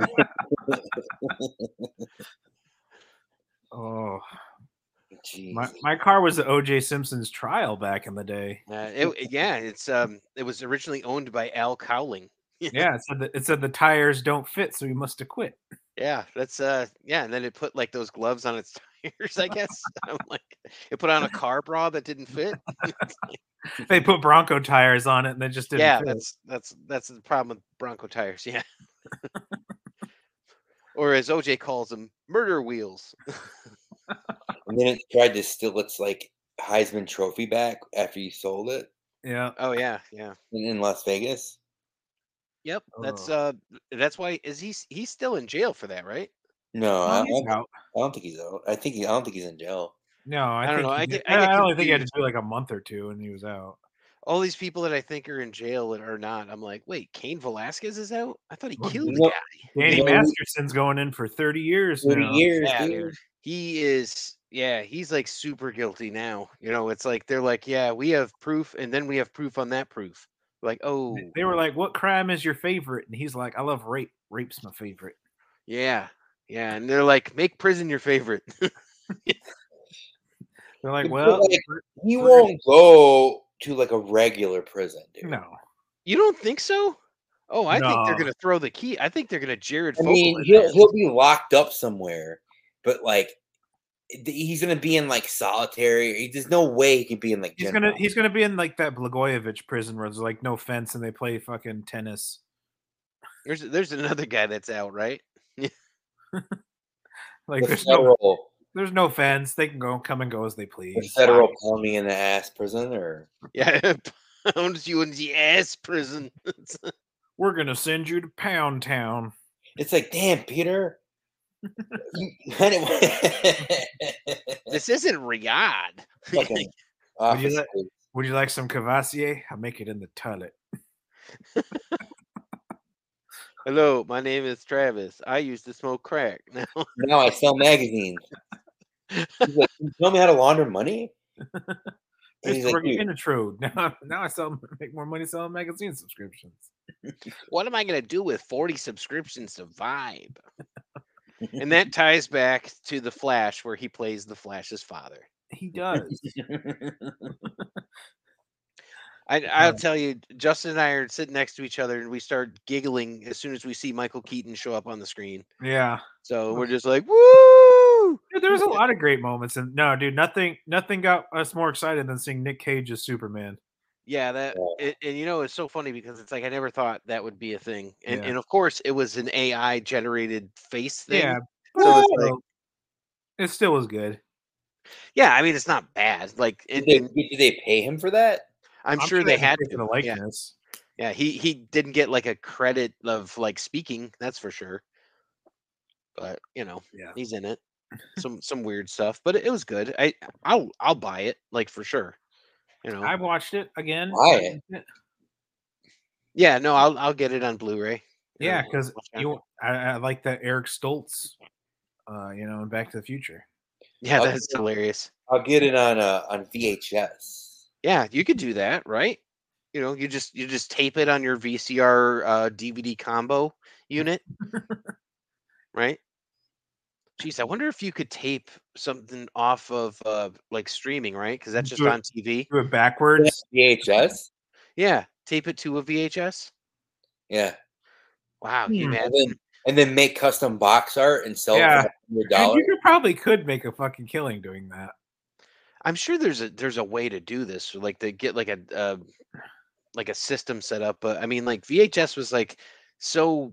C: Oh,
D: Jeez.
C: my, my car was the O.J. Simpson's trial back in the day.
B: Uh, it, yeah, it's um, it was originally owned by Al Cowling.
C: Yeah, it said that, it said the tires don't fit, so you must have quit.
B: Yeah, that's uh, yeah, and then it put like those gloves on its tires. I guess I'm like, it put on a car bra that didn't fit.
C: They put Bronco tires on it, and they just didn't.
B: yeah,
C: fit.
B: that's that's that's the problem with Bronco tires. Yeah. or as OJ calls them, murder wheels.
D: and then it tried to steal its like Heisman Trophy back after you sold it
C: yeah.
B: Oh yeah, yeah.
D: in, in Las Vegas.
B: Yep. That's
C: Oh.
B: uh that's why is he s- he's still in jail for that, right?
D: No, I, I,
C: Oh, he's
D: don't, I
C: out.
D: don't think he's out. I think he, I don't think he's in jail.
C: No, I,
B: I don't
C: think
B: know.
C: he
B: I
C: did-
B: get- I get
C: only think he had to do like a month or two, and he was out.
B: All these people that I think are in jail and are not. I'm like, wait, Kane Velasquez is out? I thought he
C: Well,
B: killed the
D: no,
B: guy.
C: Danny
D: know, we-
C: Masterson's going in for thirty years.
D: Thirty
C: now.
D: years,
B: Yeah,
D: dude.
B: dude. He is yeah, he's like super guilty now. You know, it's like they're like, Yeah, we have proof, and then we have proof on that proof. Like, oh,
C: They were like, "What crime is your favorite?" And he's like, "I love rape. Rape's my favorite."
B: yeah, yeah. And they're like, make prison your favorite.
C: They're like,
D: But,
C: "Well,
D: like, He
C: we're gonna-
D: won't go to like a regular prison, dude.
C: no."
B: you don't think so? Oh, I think they're
C: No.
B: gonna throw the key. I think they're gonna Jared.
D: I
B: Fogle
D: mean,
B: in
D: he'll
B: there.
D: he'll be locked up somewhere, but like th- he's gonna be in like solitary. He- There's no way he could be in like.
C: He's
D: general
C: gonna he's gonna be in like that Blagojevich prison where there's like no fence and they play fucking tennis.
B: There's there's another guy that's out, right?
C: Like
D: the
C: there's no
D: federal,
C: there's no fence. They can go come and go as they please.
D: the federal me in the ass prison, or
B: Yeah, pounds you in the ass prison.
C: We're gonna send you to Pound Town.
D: it's like, damn, Peter. you- anyway.
B: this isn't Riyadh.
D: Fucking
C: Would you
D: office
C: let-
D: space.
C: Would you like some Cavassier? I'll make it in the toilet.
B: Hello, my name is Travis. I used to smoke crack. Now,
D: Now I sell magazines. He's like, "You tell me how to launder money. And
C: It's
D: he's like,
C: like,
D: "Dude,
C: in a trode. Now, now I sell make more money selling magazine subscriptions.
B: what am I going to do with 40 subscriptions to Vibe? and that ties back to The Flash, where he plays The Flash's father.
C: He does.
B: I, I'll tell you, Justin and I are sitting next to each other, and we start giggling as soon as we see Michael Keaton show up on the screen.
C: yeah.
B: So we're just like, woo!
C: Dude, there was a lot of great moments, and no, dude, nothing, nothing got us more excited than seeing Nick Cage as Superman.
B: Yeah, that
D: Yeah.
B: it, and you know it's so funny because it's like I never thought that would be a thing, and
C: Yeah.
B: and of course it was an AI generated face thing.
C: Yeah,
B: So
C: but
B: it's like-
C: still- it still was good.
B: Yeah, I mean it's not bad. Like, and,
D: did, they,
B: and
D: did they pay him for that?
B: I'm, sure, they had to.
C: the
B: Yeah,
C: likeness.
B: yeah, he he didn't get like a credit of like speaking, that's for sure. But you know,
C: Yeah.
B: he's in it. Some some weird stuff, but it, it was good. I I'll I'll buy it like for sure. You know,
C: I watched it again.
D: Buy it.
B: yeah, no, I'll I'll get it on Blu-ray. you know,
C: Yeah,
B: I'll
C: because
B: watch it on
C: you, I, I like that Eric Stoltz, uh, you know, in Back to the Future.
B: Yeah,
D: I'll
B: that's
D: get-
B: hilarious.
D: I'll get it on uh, on VHS.
B: Yeah, you could do that, right? You know, you just you just tape it on your VCR uh, DVD combo unit, right? Jeez, I wonder if you could tape something off of uh, like streaming, right? Because that's
C: Do
B: just
C: it-
B: on TV.
C: Do it backwards.
D: VHS?
B: Yeah, tape it to a VHS.
D: Yeah.
B: Wow, can you
C: Hmm.
D: And
B: imagine?
D: then, and then make custom box art and sell
C: Yeah.
D: it for $100.
C: Dude, you could, probably could make a fucking killing doing that.
B: I'm sure there's a there's a way to do this, or, like to get like a uh, like a system set up. But I mean, like VHS was like so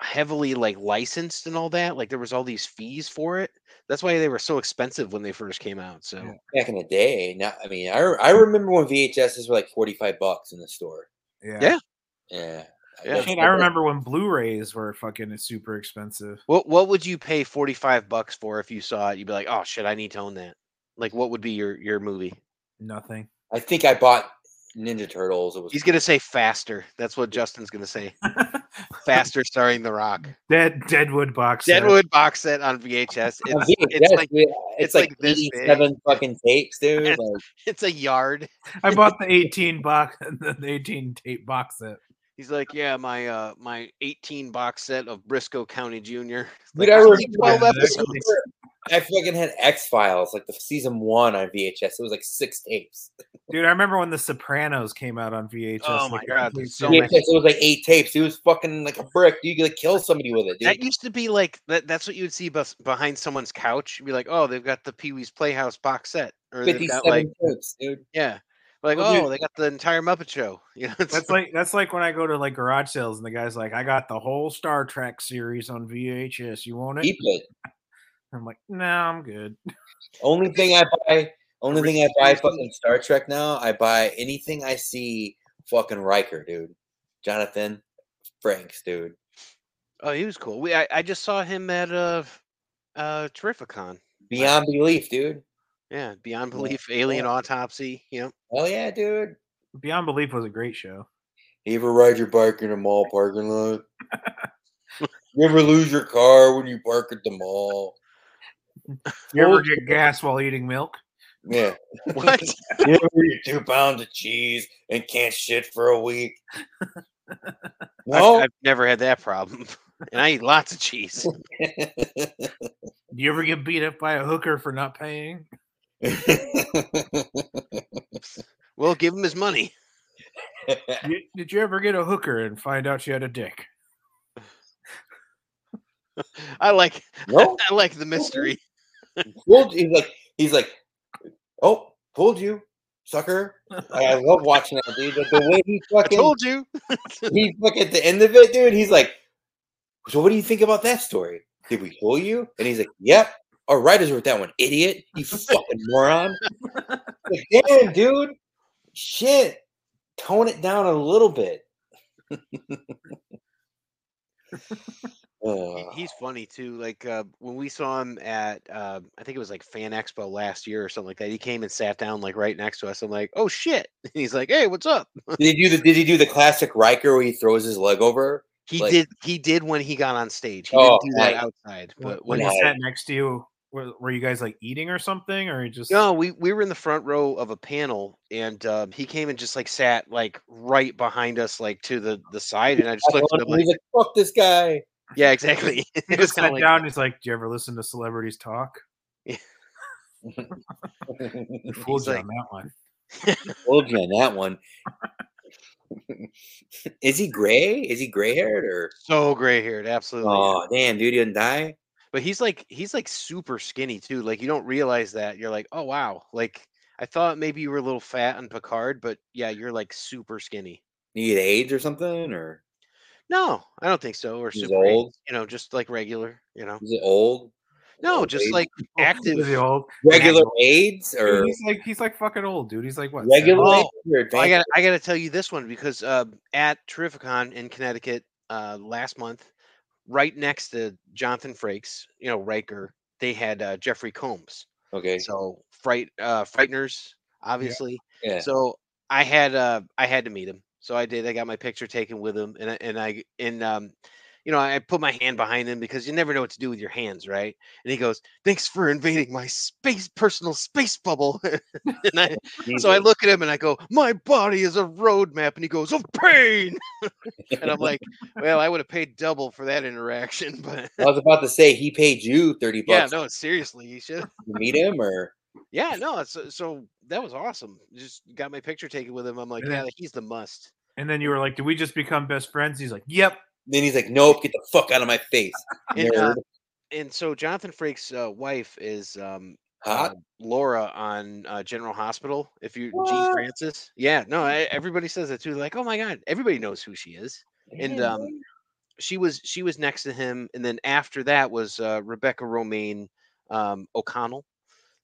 B: heavily like licensed and all that. Like there was all these fees for it. That's why they were so expensive when they first came out. So
C: Yeah.
D: Back in the day, now I mean, I, re- I remember when VHSs were like forty five bucks in the store.
C: Yeah.
B: Yeah.
D: Yeah,
B: Yeah.
D: that's
C: Shit,
D: what
C: I remember when Blu-rays were fucking super expensive.
B: what what would you pay 45 bucks for if you saw it? You'd be like, oh shit, I need to own that. Like what would be your your movie?
C: Nothing.
D: I think I bought Ninja Turtles. It was
B: He's gonna say faster. That's what Justin's gonna say. Faster starring The Rock.
C: Dead Deadwood box. set.
B: Deadwood box set on VHS.
D: On
B: It's, it's
D: VHS,
B: like
D: dude,
B: it's
D: it's like,
B: like this big.
D: eighty seven fucking tapes, dude.
B: Yes.
D: Like,
B: it's a yard.
C: I bought the 18 box, the 18 tape box set.
B: He's like, yeah, my uh, my 18 box set of Briscoe County Jr.
D: dude,
B: Like,
D: I
B: "It's
D: remember.
B: like 12
C: that.
B: episodes.
D: I fucking had X Files, like the season one on VHS. It was like six tapes.
C: Dude, I remember when The Sopranos came out on VHS.
B: Oh my
C: like, a
B: God,
C: complete
B: there's so
C: series.
D: VHS, it was like eight tapes. It was fucking like a brick. You could like, kill somebody with it, dude.
B: That used to be like that. That's what you would see bes- behind someone's couch. You'd be like, oh, they've got the Pee Wee's Playhouse box set, or they've
D: Fifty
B: got like,
D: seven tapes, dude.
B: yeah, like
C: Well, dude-
B: oh, they got the entire Muppet Show. You know, it's
C: That's like that's like when I go to like garage sales and the guy's like, "I got the whole Star Trek series on VHS. You want it?"
D: Keep it.
C: I'm like, "No, I'm good."
D: Only thing I buy, only thing I buy
B: Everything-
D: fucking Star Trek now. I buy anything I see fucking Riker, dude. Jonathan Franks, dude.
B: oh, he was cool. We I, I just saw him at uh, uh, Terrificon.
D: Beyond belief, dude.
B: Yeah, Beyond Belief, Alien Autopsy. You know,
D: Hell yeah, dude.
C: Beyond Belief was a great show.
D: You ever ride your bike in a mall parking lot? you ever lose your car when you park at the mall?
C: You ever
D: Well,
C: get gas while eating milk?
D: Yeah.
B: What?
D: You ever eat two pounds of cheese and can't shit for a week?
B: I've,
D: No.
B: I've never had that problem, and I eat lots of cheese.
C: Do you ever get beat up by a hooker for not paying?
B: Well, give him his money.
C: Did did you ever get a hooker and find out she had a dick?
B: I like
D: no.
B: I like the mystery.
D: Told you. He's like, he's like, oh, told you, sucker. I, I love watching that dude. Like, the way he
B: I
D: fucking,
B: told you.
D: he fucking at the end of it, dude. He's like, so what do you think about that story? Did we fool you? And he's like, yep. Our writers were that one, idiot. You fucking moron. Like, Damn, dude. Shit. Tone it down a little bit.
B: He-
D: Ugh.
B: He's funny too. Like uh, when we saw him at, uh, I think it was like Fan Expo last year or something like that. He came and sat down like right next to us. I'm like, oh shit! And he's like, hey, what's up?
D: Did he do the? Did he do the classic Riker where he throws his leg over?
B: He
D: Like-
B: did. He did when he got on stage. He
D: Oh,
B: didn't do that
D: right.
B: outside. But
C: when
B: when
C: he
D: No.
C: sat next to you, were, were you guys like eating or something, or you just
B: no, we we were in the front row of a panel, and um, he came and just like sat like right behind us, like to the the side, and I just
D: I
B: looked
D: told
B: at him
D: him,
B: like,
D: he's like, "Fuck this guy."
B: yeah, exactly.
C: He
B: it was
C: just
B: kind
C: sat
B: of like,
C: down. He's like, "Do you ever listen to celebrities talk?" I fooled you
B: like-
C: on that one.
D: Told you on that one. Is he gray? Is he gray haired or?
B: so gray haired, absolutely.
D: Oh damn, dude, he didn't die.
B: but he's like he's like super skinny too like you don't realize that you're like oh wow like i thought maybe you were a little fat on picard but yeah you're like super skinny
D: He had AIDS or something, or
B: no i don't think so or
D: He's
B: super eight,
D: old?
B: you know just like regular you know
D: is it old?
B: no
D: old
B: just
D: age?
B: like
C: Oh,
B: active
C: Is he old?
D: Regular AIDS or
C: Dude, he's like he's like fucking old, dude. He's like what?
D: regular?
B: Oh,
D: AIDS or
B: Well, I
D: advanced?
B: got I got to tell you this one because uh, at Terrificon in Connecticut uh, last month, right next to Jonathan Frakes, you know Riker, they had uh, Jeffrey Combs.
D: okay.
B: So fright uh frighteners, obviously.
D: Yeah.
B: So I had uh I had to meet him. So I did. I got my picture taken with him and I and I and um you know, I put my hand behind him because you never know what to do with your hands, right? And he goes, "Thanks for invading my space personal space bubble." and I, so I
D: Jesus.
B: look at him and I go, "My body is a roadmap," and he goes, "Of pain," and I'm like, "Well, I would have paid double for that interaction, but
D: I was about to say he paid you thirty
B: yeah,
D: bucks
B: no, seriously, you should
D: to meet him, or
B: Yeah, no, so, so that was awesome. Just got my picture taken with him. I'm like,
C: And
B: yeah,
C: then-
B: he's the must.
C: And then you were like, "Did we just become best friends?" He's like, "Yep."
D: then he's like, "Nope, get the fuck out of my face."
B: And, uh,
D: nerd."
B: and so Jonathan Frakes' uh, wife is um,
D: Hot.
B: uh, Laura on uh, General Hospital. If you G
D: What?
B: Francis, yeah, no, I, everybody says that too. Like, oh my god, everybody knows who she is. and,
D: Damn,
B: um,
D: dude.
B: She was she was next to him, and then after that was uh, Rebecca Romaine um, O'Connell.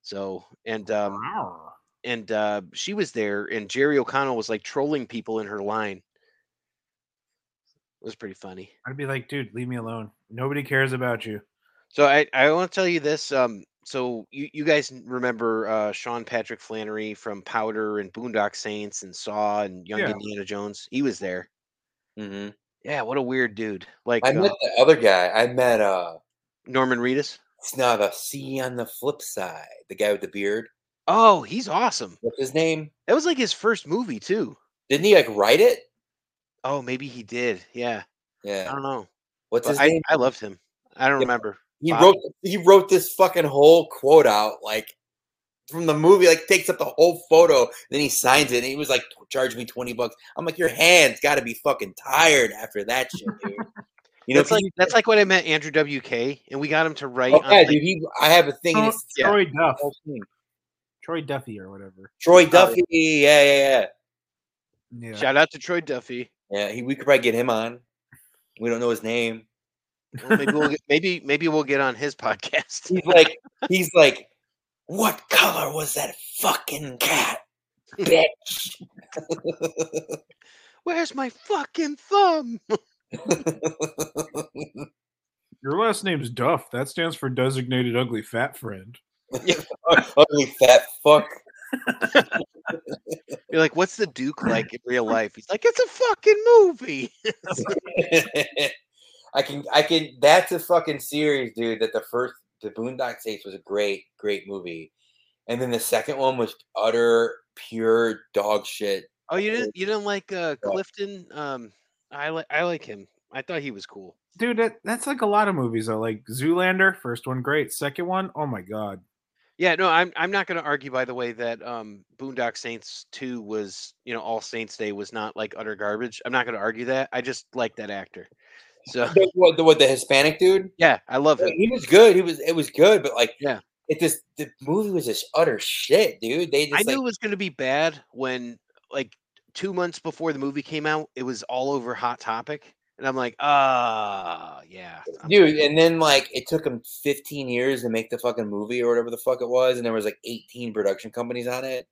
B: So and um,
C: Wow.
B: and uh, she was there, and Jerry O'Connell was like trolling people in her line. It was pretty funny.
C: I'd be like, "Dude, leave me alone. Nobody cares about you."
B: So I, I want to tell you this. Um, so you, you guys n- remember uh, Sean Patrick Flannery from Powder and Boondock Saints and Saw and Young
C: Yeah.
B: Indiana Jones. He was there. Oh,
D: Mhm.
B: Yeah, what a weird dude. Like
D: I
B: uh,
D: met the other guy. I met uh,
B: Norman Reedus.
D: it's not a C on the flip side. The guy with the beard.
B: Oh, he's awesome.
D: What's his name?
B: That was like his first movie too.
D: Didn't he like write it?
B: Oh, maybe he did. Yeah, I
D: Yeah.
B: don't know.
D: What's
B: But
D: his
B: Uh, I,
D: name?
B: I loved him. I don't
D: Yeah.
B: remember.
D: He
B: Bob.
D: wrote he wrote this fucking whole quote out like from the movie, like takes up the whole photo, then he signs it and he was like, charge me 20 bucks. I'm like, your hands gotta be fucking tired after that shit, dude. You know,
B: that's like that's like when I met Andrew WK, and we got him to write.
D: oh,
B: on,
D: yeah,
B: like-
D: dude, he, I have a thing. and
C: Oh,
D: it's-
B: yeah.
C: Troy Duff,
D: whole thing.
C: Troy Duffy, or whatever.
D: Troy Duffy, yeah, yeah, yeah.
C: Yeah.
B: Shout out to Troy Duffy.
D: Yeah, he, we could probably get him on. We don't know his name.
B: Well, maybe we'll get, maybe maybe we'll get on his podcast.
D: He's like, he's like, what color was that fucking cat, bitch?
B: Where's my fucking thumb?
C: Your last name's Duff. That stands for designated ugly fat friend.
D: Ugly fat fuck.
B: You're like, what's the Duke like in real life? He's like, it's a fucking movie.
D: I can, I can. That's a fucking series, dude. That the first, the Boondock Saints was a great, great movie, and then the second one was utter pure dog shit.
B: Oh, you didn't you didn't like uh, Clifton? Um, I like I like him. I thought he was cool.
C: Dude, that, that's like a lot of movies though. Like Zoolander, first one great, second one, oh my god.
B: Yeah, no, I'm I'm not going to argue. By the way, that um, Boondock Saints two was you know All Saints Day was not like utter garbage. I'm not going to argue that. I just like that actor. So
D: The- What the, what, the Hispanic dude?
B: yeah, I love
D: Yeah,
B: him.
D: He was good. He was it was good, but like
B: Yeah.
D: it just the movie was just utter shit, dude. They just
B: I
D: like,
B: knew it was going to be bad when, like, two months before the movie came out, it was all over Hot Topic, and I'm like, ah, yeah, I'm
D: dude, and then like it took him 15 years to make the fucking movie or whatever the fuck it was, and there was like 18 production companies on it.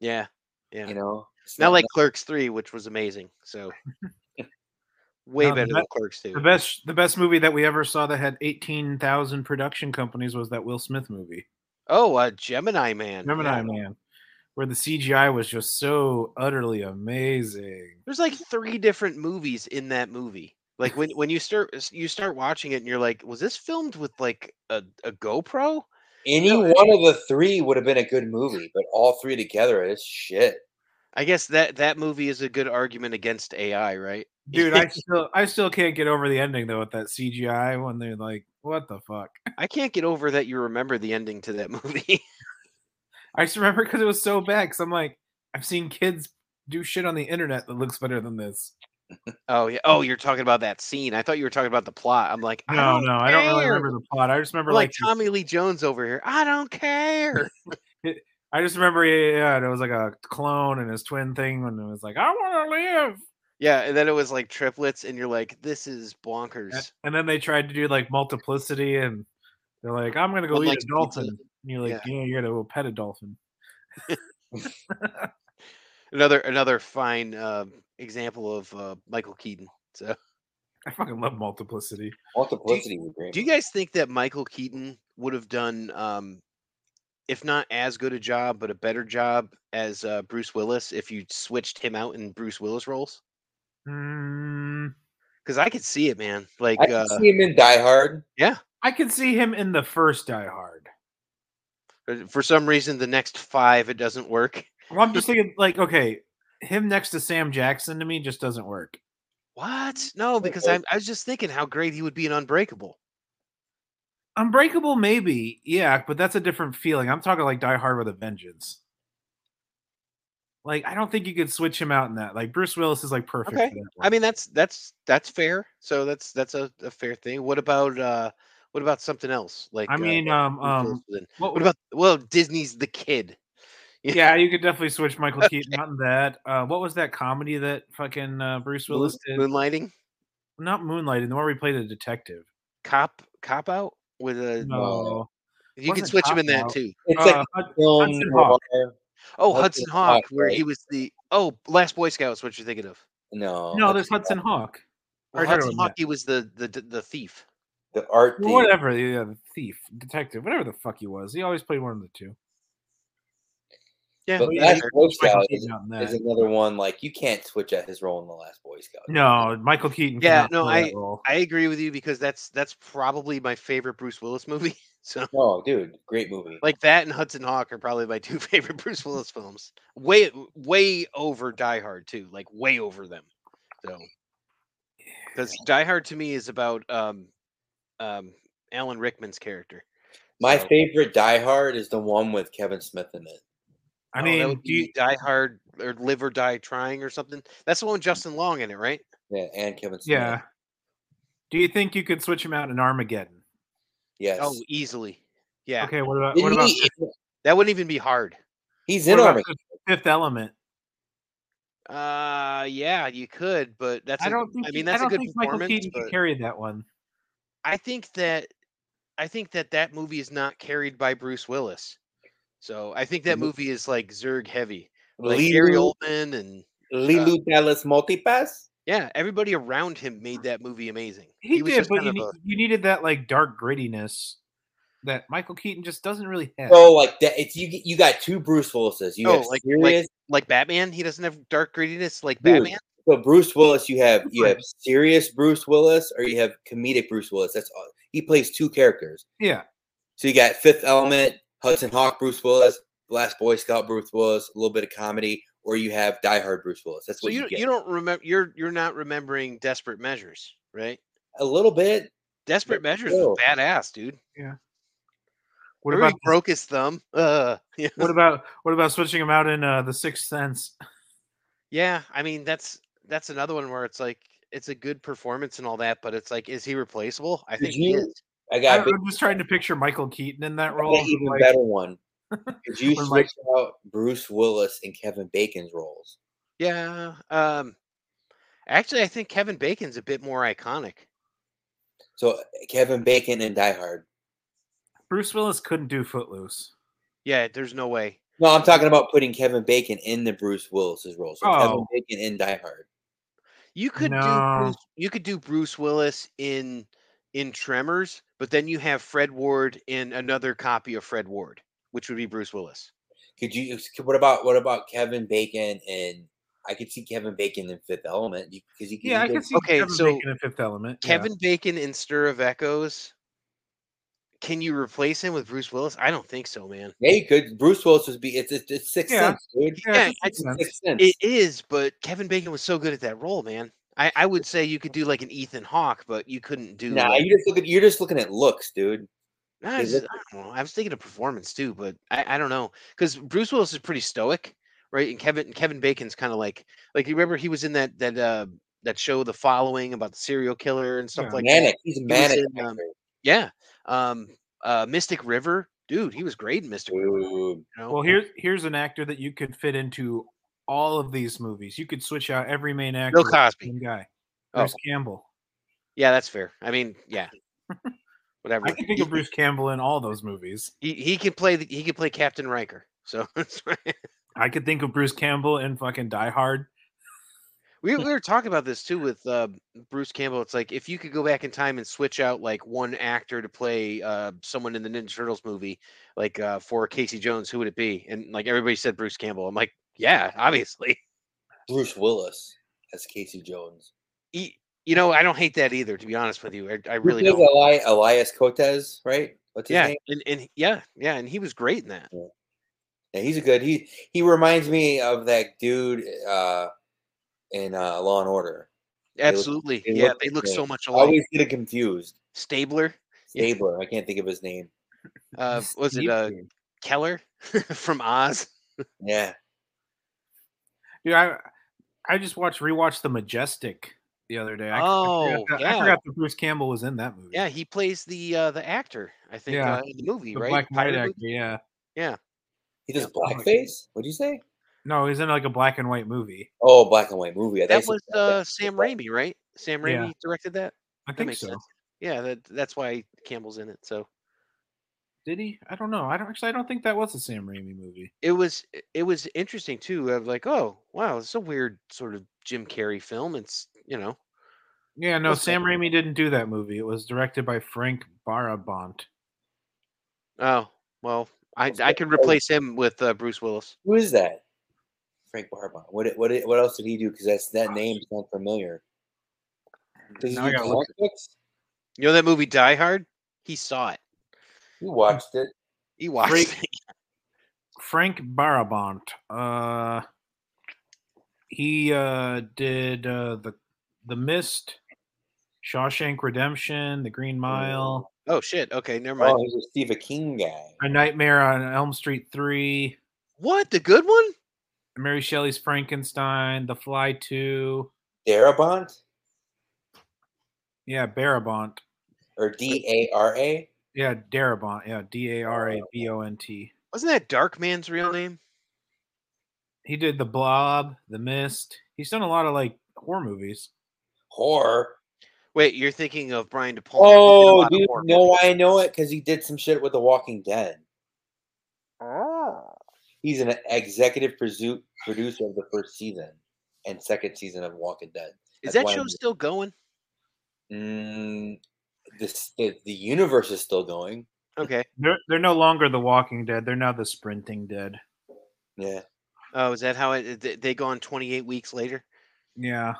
B: yeah, yeah.
D: You know, It's
B: Not
D: not-
B: like Clerks three, which was amazing. So way
C: No, the
B: better
C: be-
B: than Clerks two.
C: The best the best movie that we ever saw that had 18,000 production companies was that Will Smith movie.
B: Oh, uh, Gemini Man.
C: Gemini
B: yeah.
C: Man, where the CGI was just so utterly amazing.
B: There's like three different movies in that movie. Like when when you start you start watching it and you're like, was this filmed with like a, a GoPro?
D: any one of the three would have been a good movie, but all three together is shit.
B: I guess that that movie is a good argument against AI, right?
C: Dude, I still I still can't get over the ending though with that CGI when they're like, what the fuck?
B: I can't get over that you remember the ending to that movie.
C: I just remember because it was so bad. Because I'm like, I've seen kids do shit on the internet that looks better than this.
B: oh yeah. Oh, you're talking about that scene. I thought you were talking about the plot. I'm like, I
C: No,
B: don't
C: no, I don't really
B: care.
C: remember the plot. I just remember
B: I'm like
C: like,
B: Tommy Lee Jones over here. I don't care.
C: I just remember yeah, yeah, yeah, and it was like a clone and his twin thing, and it was like, I want to live.
B: yeah, and then it was like triplets, and you're like, this is bonkers.
C: A- And then they tried to do like multiplicity, and they're like, I'm gonna go
B: Well,
C: eat
B: like,
C: a
B: pizza-
C: dolphin. And you're like, yeah. you're gonna go pet a dolphin.
B: Another another fine uh, example of uh, Michael Keaton. So,
C: I fucking love multiplicity.
D: Multiplicity was great.
B: do you guys think that Michael Keaton would have done, um, if not as good a job, but a better job as uh, Bruce Willis if you switched him out in Bruce Willis roles?
C: Mm,
B: Because I could see it, man. Like,
D: I can
B: uh,
D: see him in Die Hard.
C: I could see him in the first Die Hard.
B: Uh, for some reason the next five it doesn't work
C: Well, I'm just thinking like, okay, him next to Sam Jackson to me just doesn't work.
B: what no because I, I was just thinking how great he would be in unbreakable
C: Unbreakable, maybe, yeah, but that's a different feeling. I'm talking like Die Hard with a Vengeance. Like, I don't think you could switch him out in that. Like, Bruce Willis is like perfect.
B: Okay.
C: For that
B: i mean that's that's that's fair so that's that's a, a fair thing what about uh what about something else like
C: I
B: uh,
C: mean,
B: that
C: um,
B: Bruce Willis
C: um,
B: was in?
C: what,
B: what about well disney's the kid
C: Yeah, you could definitely switch Michael Keaton out in that. Uh, what was that comedy that fucking uh, Bruce
B: Moon-
C: Willis did?
B: moonlighting
C: Not Moonlighting, the one where he played a detective.
B: cop cop out with a
C: No,
B: you could
C: wasn't
B: switch him
C: Cop
B: in that
C: Out.
B: too
D: It's
C: Uh,
D: like
C: Hud-
D: film
C: Hudson
D: noir.
C: Hawk.
B: oh
D: Hudson
B: hudson
D: Hawk,
B: hawk where he
D: right.
B: was the oh last boy scout is what you're thinking of Oh,
D: No,
C: no,
D: that's
C: there's Hudson Hawk.
B: Well,
C: Or
B: hudson
C: Hudson
B: hawk he was the the the thief
D: the art.
C: Well,
D: thing.
C: whatever, yeah, the thief, detective, whatever the fuck he was. He always played one of the two.
B: yeah
C: Oh,
D: But
B: yeah,
D: Last
B: fair.
D: Boy
C: Michael
D: Scout is,
C: Keaton out in
D: is
C: that.
D: another one. Like you can't switch out his role in the Last Boy Scout.
C: No, Michael Keaton.
B: Yeah,
C: cannot
B: no,
C: play that role.
B: I agree with you because that's that's probably my favorite Bruce Willis movie. So
D: no, dude, great movie.
B: like that and Hudson Hawk are probably my two favorite Bruce Willis films. Way way over Die Hard too, like way over them. So because Die Hard to me is about um um Alan Rickman's character.
D: My
B: so-
D: favorite Die Hard is the one with Kevin Smith in it.
C: I
B: Oh, that
C: mean,
B: would
C: do you,
B: be Die Hard or Live or Die Trying or something. That's the one with
C: Mm.
B: Justin Long in it, right?
D: Yeah, and Kevin Smith.
C: yeah. Do you think you could switch him out in Armageddon?
D: Yes.
B: Oh, easily. Yeah,
C: Okay, what about
D: Didn't
C: uh, what about
D: he-
B: that wouldn't even be hard.
D: he's
C: what
D: in
C: about
D: Armageddon.
C: Fifth- Fifth Element?
B: Uh, yeah, you could, but that's
C: I
B: a-
C: don't think.
B: I
C: he-
B: mean, that's
C: I
B: a good
C: don't think Michael
B: performance,
C: Keaton could
B: but-
C: carry that one.
B: I think that I think that that movie is not carried by Bruce Willis. So I think that
D: Mhm.
B: movie is like Zerg heavy, like Gary
D: Lilu,
B: Oldman and
D: Lilu Dallas Multipass.
B: yeah, everybody around him made that movie amazing.
C: He,
B: was
C: did,
B: just
C: but
B: kind
C: you,
B: of
C: need,
B: a-
C: you needed that like dark grittiness that Michael Keaton just doesn't really have.
D: Oh, like that. It's you. You got two Bruce Willises. You
B: No,
D: have
B: like- like-
D: serious.
B: like Batman. He doesn't have dark grittiness like
D: Dude.
B: Batman.
D: so Bruce Willis, you have you
C: Right.
D: have serious Bruce Willis, or you have comedic Bruce Willis. That's all. He plays two characters.
C: yeah,
D: So you got Fifth Element, Hudson Hawk, Bruce Willis, Last Boy Scout Bruce Willis, a little bit of comedy, or you have Die Hard Bruce Willis. That's
B: So
D: what you,
B: you
D: get.
B: you don't remember you're you're not remembering Desperate Measures, right?
D: a little bit.
B: Desperate
D: But
B: Measures
D: still.
B: was badass, dude.
C: What
B: Remember
C: about
B: he broke his thumb? Uh, yeah.
C: what about what about switching him out in uh, the Sixth Sense?
B: yeah, I mean that's that's another one where it's like it's a good performance and all that, but it's like, is he replaceable? I
D: Did
B: think he
D: you-
B: is.
D: I
C: I,
D: got a big-
C: am just trying to picture Michael Keaton in that
D: I got
C: role.
D: an even
C: like,
D: better one. Because you
C: Or
D: switch
C: like-
D: out Bruce Willis and Kevin Bacon's roles.
B: Yeah. Um actually I think Kevin Bacon's a bit more iconic.
D: So Kevin Bacon and Die Hard.
C: Bruce Willis couldn't do Footloose.
B: Yeah, there's no way.
D: No, I'm talking about putting Kevin Bacon in the Bruce Willis's role. So Kevin
C: Oh.
D: Bacon in Die Hard.
B: You could
C: No.
B: do Bruce, you could do Bruce Willis in in Tremors, but then you have Fred Ward in another copy of Fred Ward, which would be Bruce Willis.
D: Could you? What about what about Kevin Bacon and? I could see Kevin Bacon in Fifth Element because he
C: Yeah, I
D: he
C: can
D: does-
C: see
B: Okay,
C: Kevin
B: so
C: Bacon in Fifth Element. yeah.
B: Kevin Bacon in Stir of Echoes. Can you replace him with Bruce Willis? I don't think so, man.
D: Yeah, you could. Bruce Willis would be. It's it's, it's Sixth
C: Yeah.
D: Sense, dude.
C: Yeah,
B: yeah,
C: it
B: I-
C: makes sense.
D: Sixth Sense.
B: It is, but Kevin Bacon was so good at that role, man. I, I would say you could do like an Ethan Hawke, but you couldn't do.
D: nah,
B: like-
D: you just look at, you're just looking at looks, dude.
B: Nah,
D: They
B: it's-
D: look
B: I, don't know. I was thinking of performance too, but I, I don't know because Bruce Willis is pretty stoic, right? And Kevin Kevin Bacon's kind of like like you remember he was in that that uh that show The Following about the serial killer and stuff
C: Yeah.
B: like that.
D: manic. He's
B: was
D: manic.
B: in, um,
D: actually,
B: Yeah, um, uh, Mystic River, dude, he was great in Mystic River. You
D: dude.
B: know?
C: Well, here's here's an actor that you could fit into all of these movies. You could switch out every main actor. with the
B: Cosby.
C: same guy.
B: Oh.
C: Bruce Campbell.
B: yeah, that's fair. I mean, yeah, whatever.
C: I can think
B: He-
C: of Bruce Campbell in all those movies.
B: He, he can play the, he can play Captain Riker. So that's right.
C: I could think of Bruce Campbell in fucking Die Hard.
B: We, we were talking about this too with uh, Bruce Campbell. It's like if you could go back in time and switch out like one actor to play uh, someone in the Ninja Turtles movie, like uh, for Casey Jones, who would it be? And like everybody said, Bruce Campbell. I'm like, yeah, obviously.
D: Bruce Willis as Casey Jones.
B: E- you know, I don't hate that either. To be honest with you, I, I
D: Who
B: really
D: plays
B: don't.
D: Eli- Elias Cotes, right? What's his
B: Yeah,
D: name?
B: and, and he- yeah, yeah, and he was great in that.
D: Yeah, he's a good. He he reminds me of that dude uh, in uh, Law and Order. look-
B: Absolutely,
D: they
B: yeah,
D: look
B: they
D: the
B: look so
D: same.
B: much
D: I
B: alike.
D: always get it confused.
B: Stabler Yeah.
D: Stabler. I can't think of his name.
B: uh, was it
C: Steve
B: uh,
C: Jobs.
B: Keller from Oz?
D: Yeah.
C: Dude, I I just watched rewatched The Majestic the other day. I, I
B: Oh,
C: forgot, that, I
B: yeah.
C: forgot that Bruce Campbell was in that movie.
B: Yeah, he plays the uh, the actor. I think
C: Yeah.
B: uh, in the movie,
C: the
B: right?
C: black and white
B: Pirate
C: actor.
B: movie?
C: Yeah,
D: He does
C: Yeah.
D: blackface. What'd you say?
C: no, he's in like a black and white movie.
D: Oh, black and white movie. I thought
B: That
D: you said
B: was
D: black-
B: uh, Sam Raimi, right? Sam
C: Yeah.
B: Raimi directed that.
C: I
B: That
C: think
B: makes
C: so.
B: sense. Yeah, that that's why Campbell's in it. So
C: Did he? I don't know. I don't actually. I don't think that was a Sam Raimi movie.
B: it was it was interesting too. Of like, oh wow, it's a weird sort of Jim Carrey film. It's you know,
C: Yeah, no,
B: What's that?
C: Sam Raimi didn't do that movie. It was directed by Frank Barabont.
B: oh well, I
D: What's
B: I
D: that?
B: can replace him with uh, Bruce Willis.
D: Who is that? Frank Barbon. What what what else did he do? Because that's that name sounds familiar. Does he
C: Now I
D: do
C: gotta look
D: comic books?
B: You know that movie Die Hard? He saw it.
D: You watched it.
B: He watched.
C: Great.
B: it.
C: Frank Barabont. Uh, he uh, did uh, the the Mist, Shawshank Redemption, The Green Mile,
B: Oh shit. Okay, never mind.
D: Oh, he's a Stephen King guy.
C: A Nightmare on Elm Street Three,
B: What the good one?
C: Mary Shelley's Frankenstein, The Fly Two.
D: Darabont
C: Yeah, Barabont.
D: or D A R A.
C: Yeah, Darabont. Yeah, D A R A B O N T.
B: Wasn't that Dark Man's real name?
C: He did The Blob, The Mist. He's done a lot of like horror movies.
D: Horror.
B: Wait, you're thinking of Brian De Palma. He did a lot
D: Oh,
B: of
D: do you
B: horror
D: know why I know it? Because he did some shit with The Walking Dead. Ah, He's an executive produ- producer of the first season and second season of Walking Dead.
B: Is
D: That's
B: that
D: why
B: show
D: I'm-
B: still going?
D: Mm, this, the, the universe is still going.
B: Okay.
C: They're they're no longer The Walking Dead. They're now The Sprinting Dead.
D: Yeah.
B: Oh, is that how it? They, they go on 28 weeks later.
C: Yeah.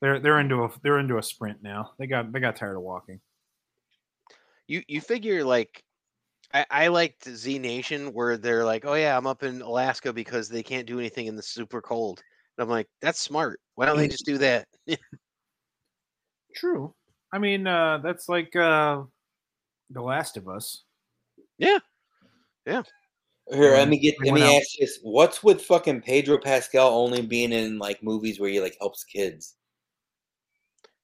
C: They're they're into a they're into a sprint now. They got they got tired of walking.
B: You you figure like, I, I liked Z Nation where they're like, "Oh yeah, I'm up in Alaska because they can't do anything in the super cold." And I'm like, "That's smart. Why don't they just do that?"
C: True. I mean, uh, that's like uh, The Last of Us.
D: Here, let
B: Mm,
C: Um,
D: me get. Let
C: anyone
D: me
C: else?
D: ask you this: What's with fucking Pedro Pascal only being in like movies where he like helps kids?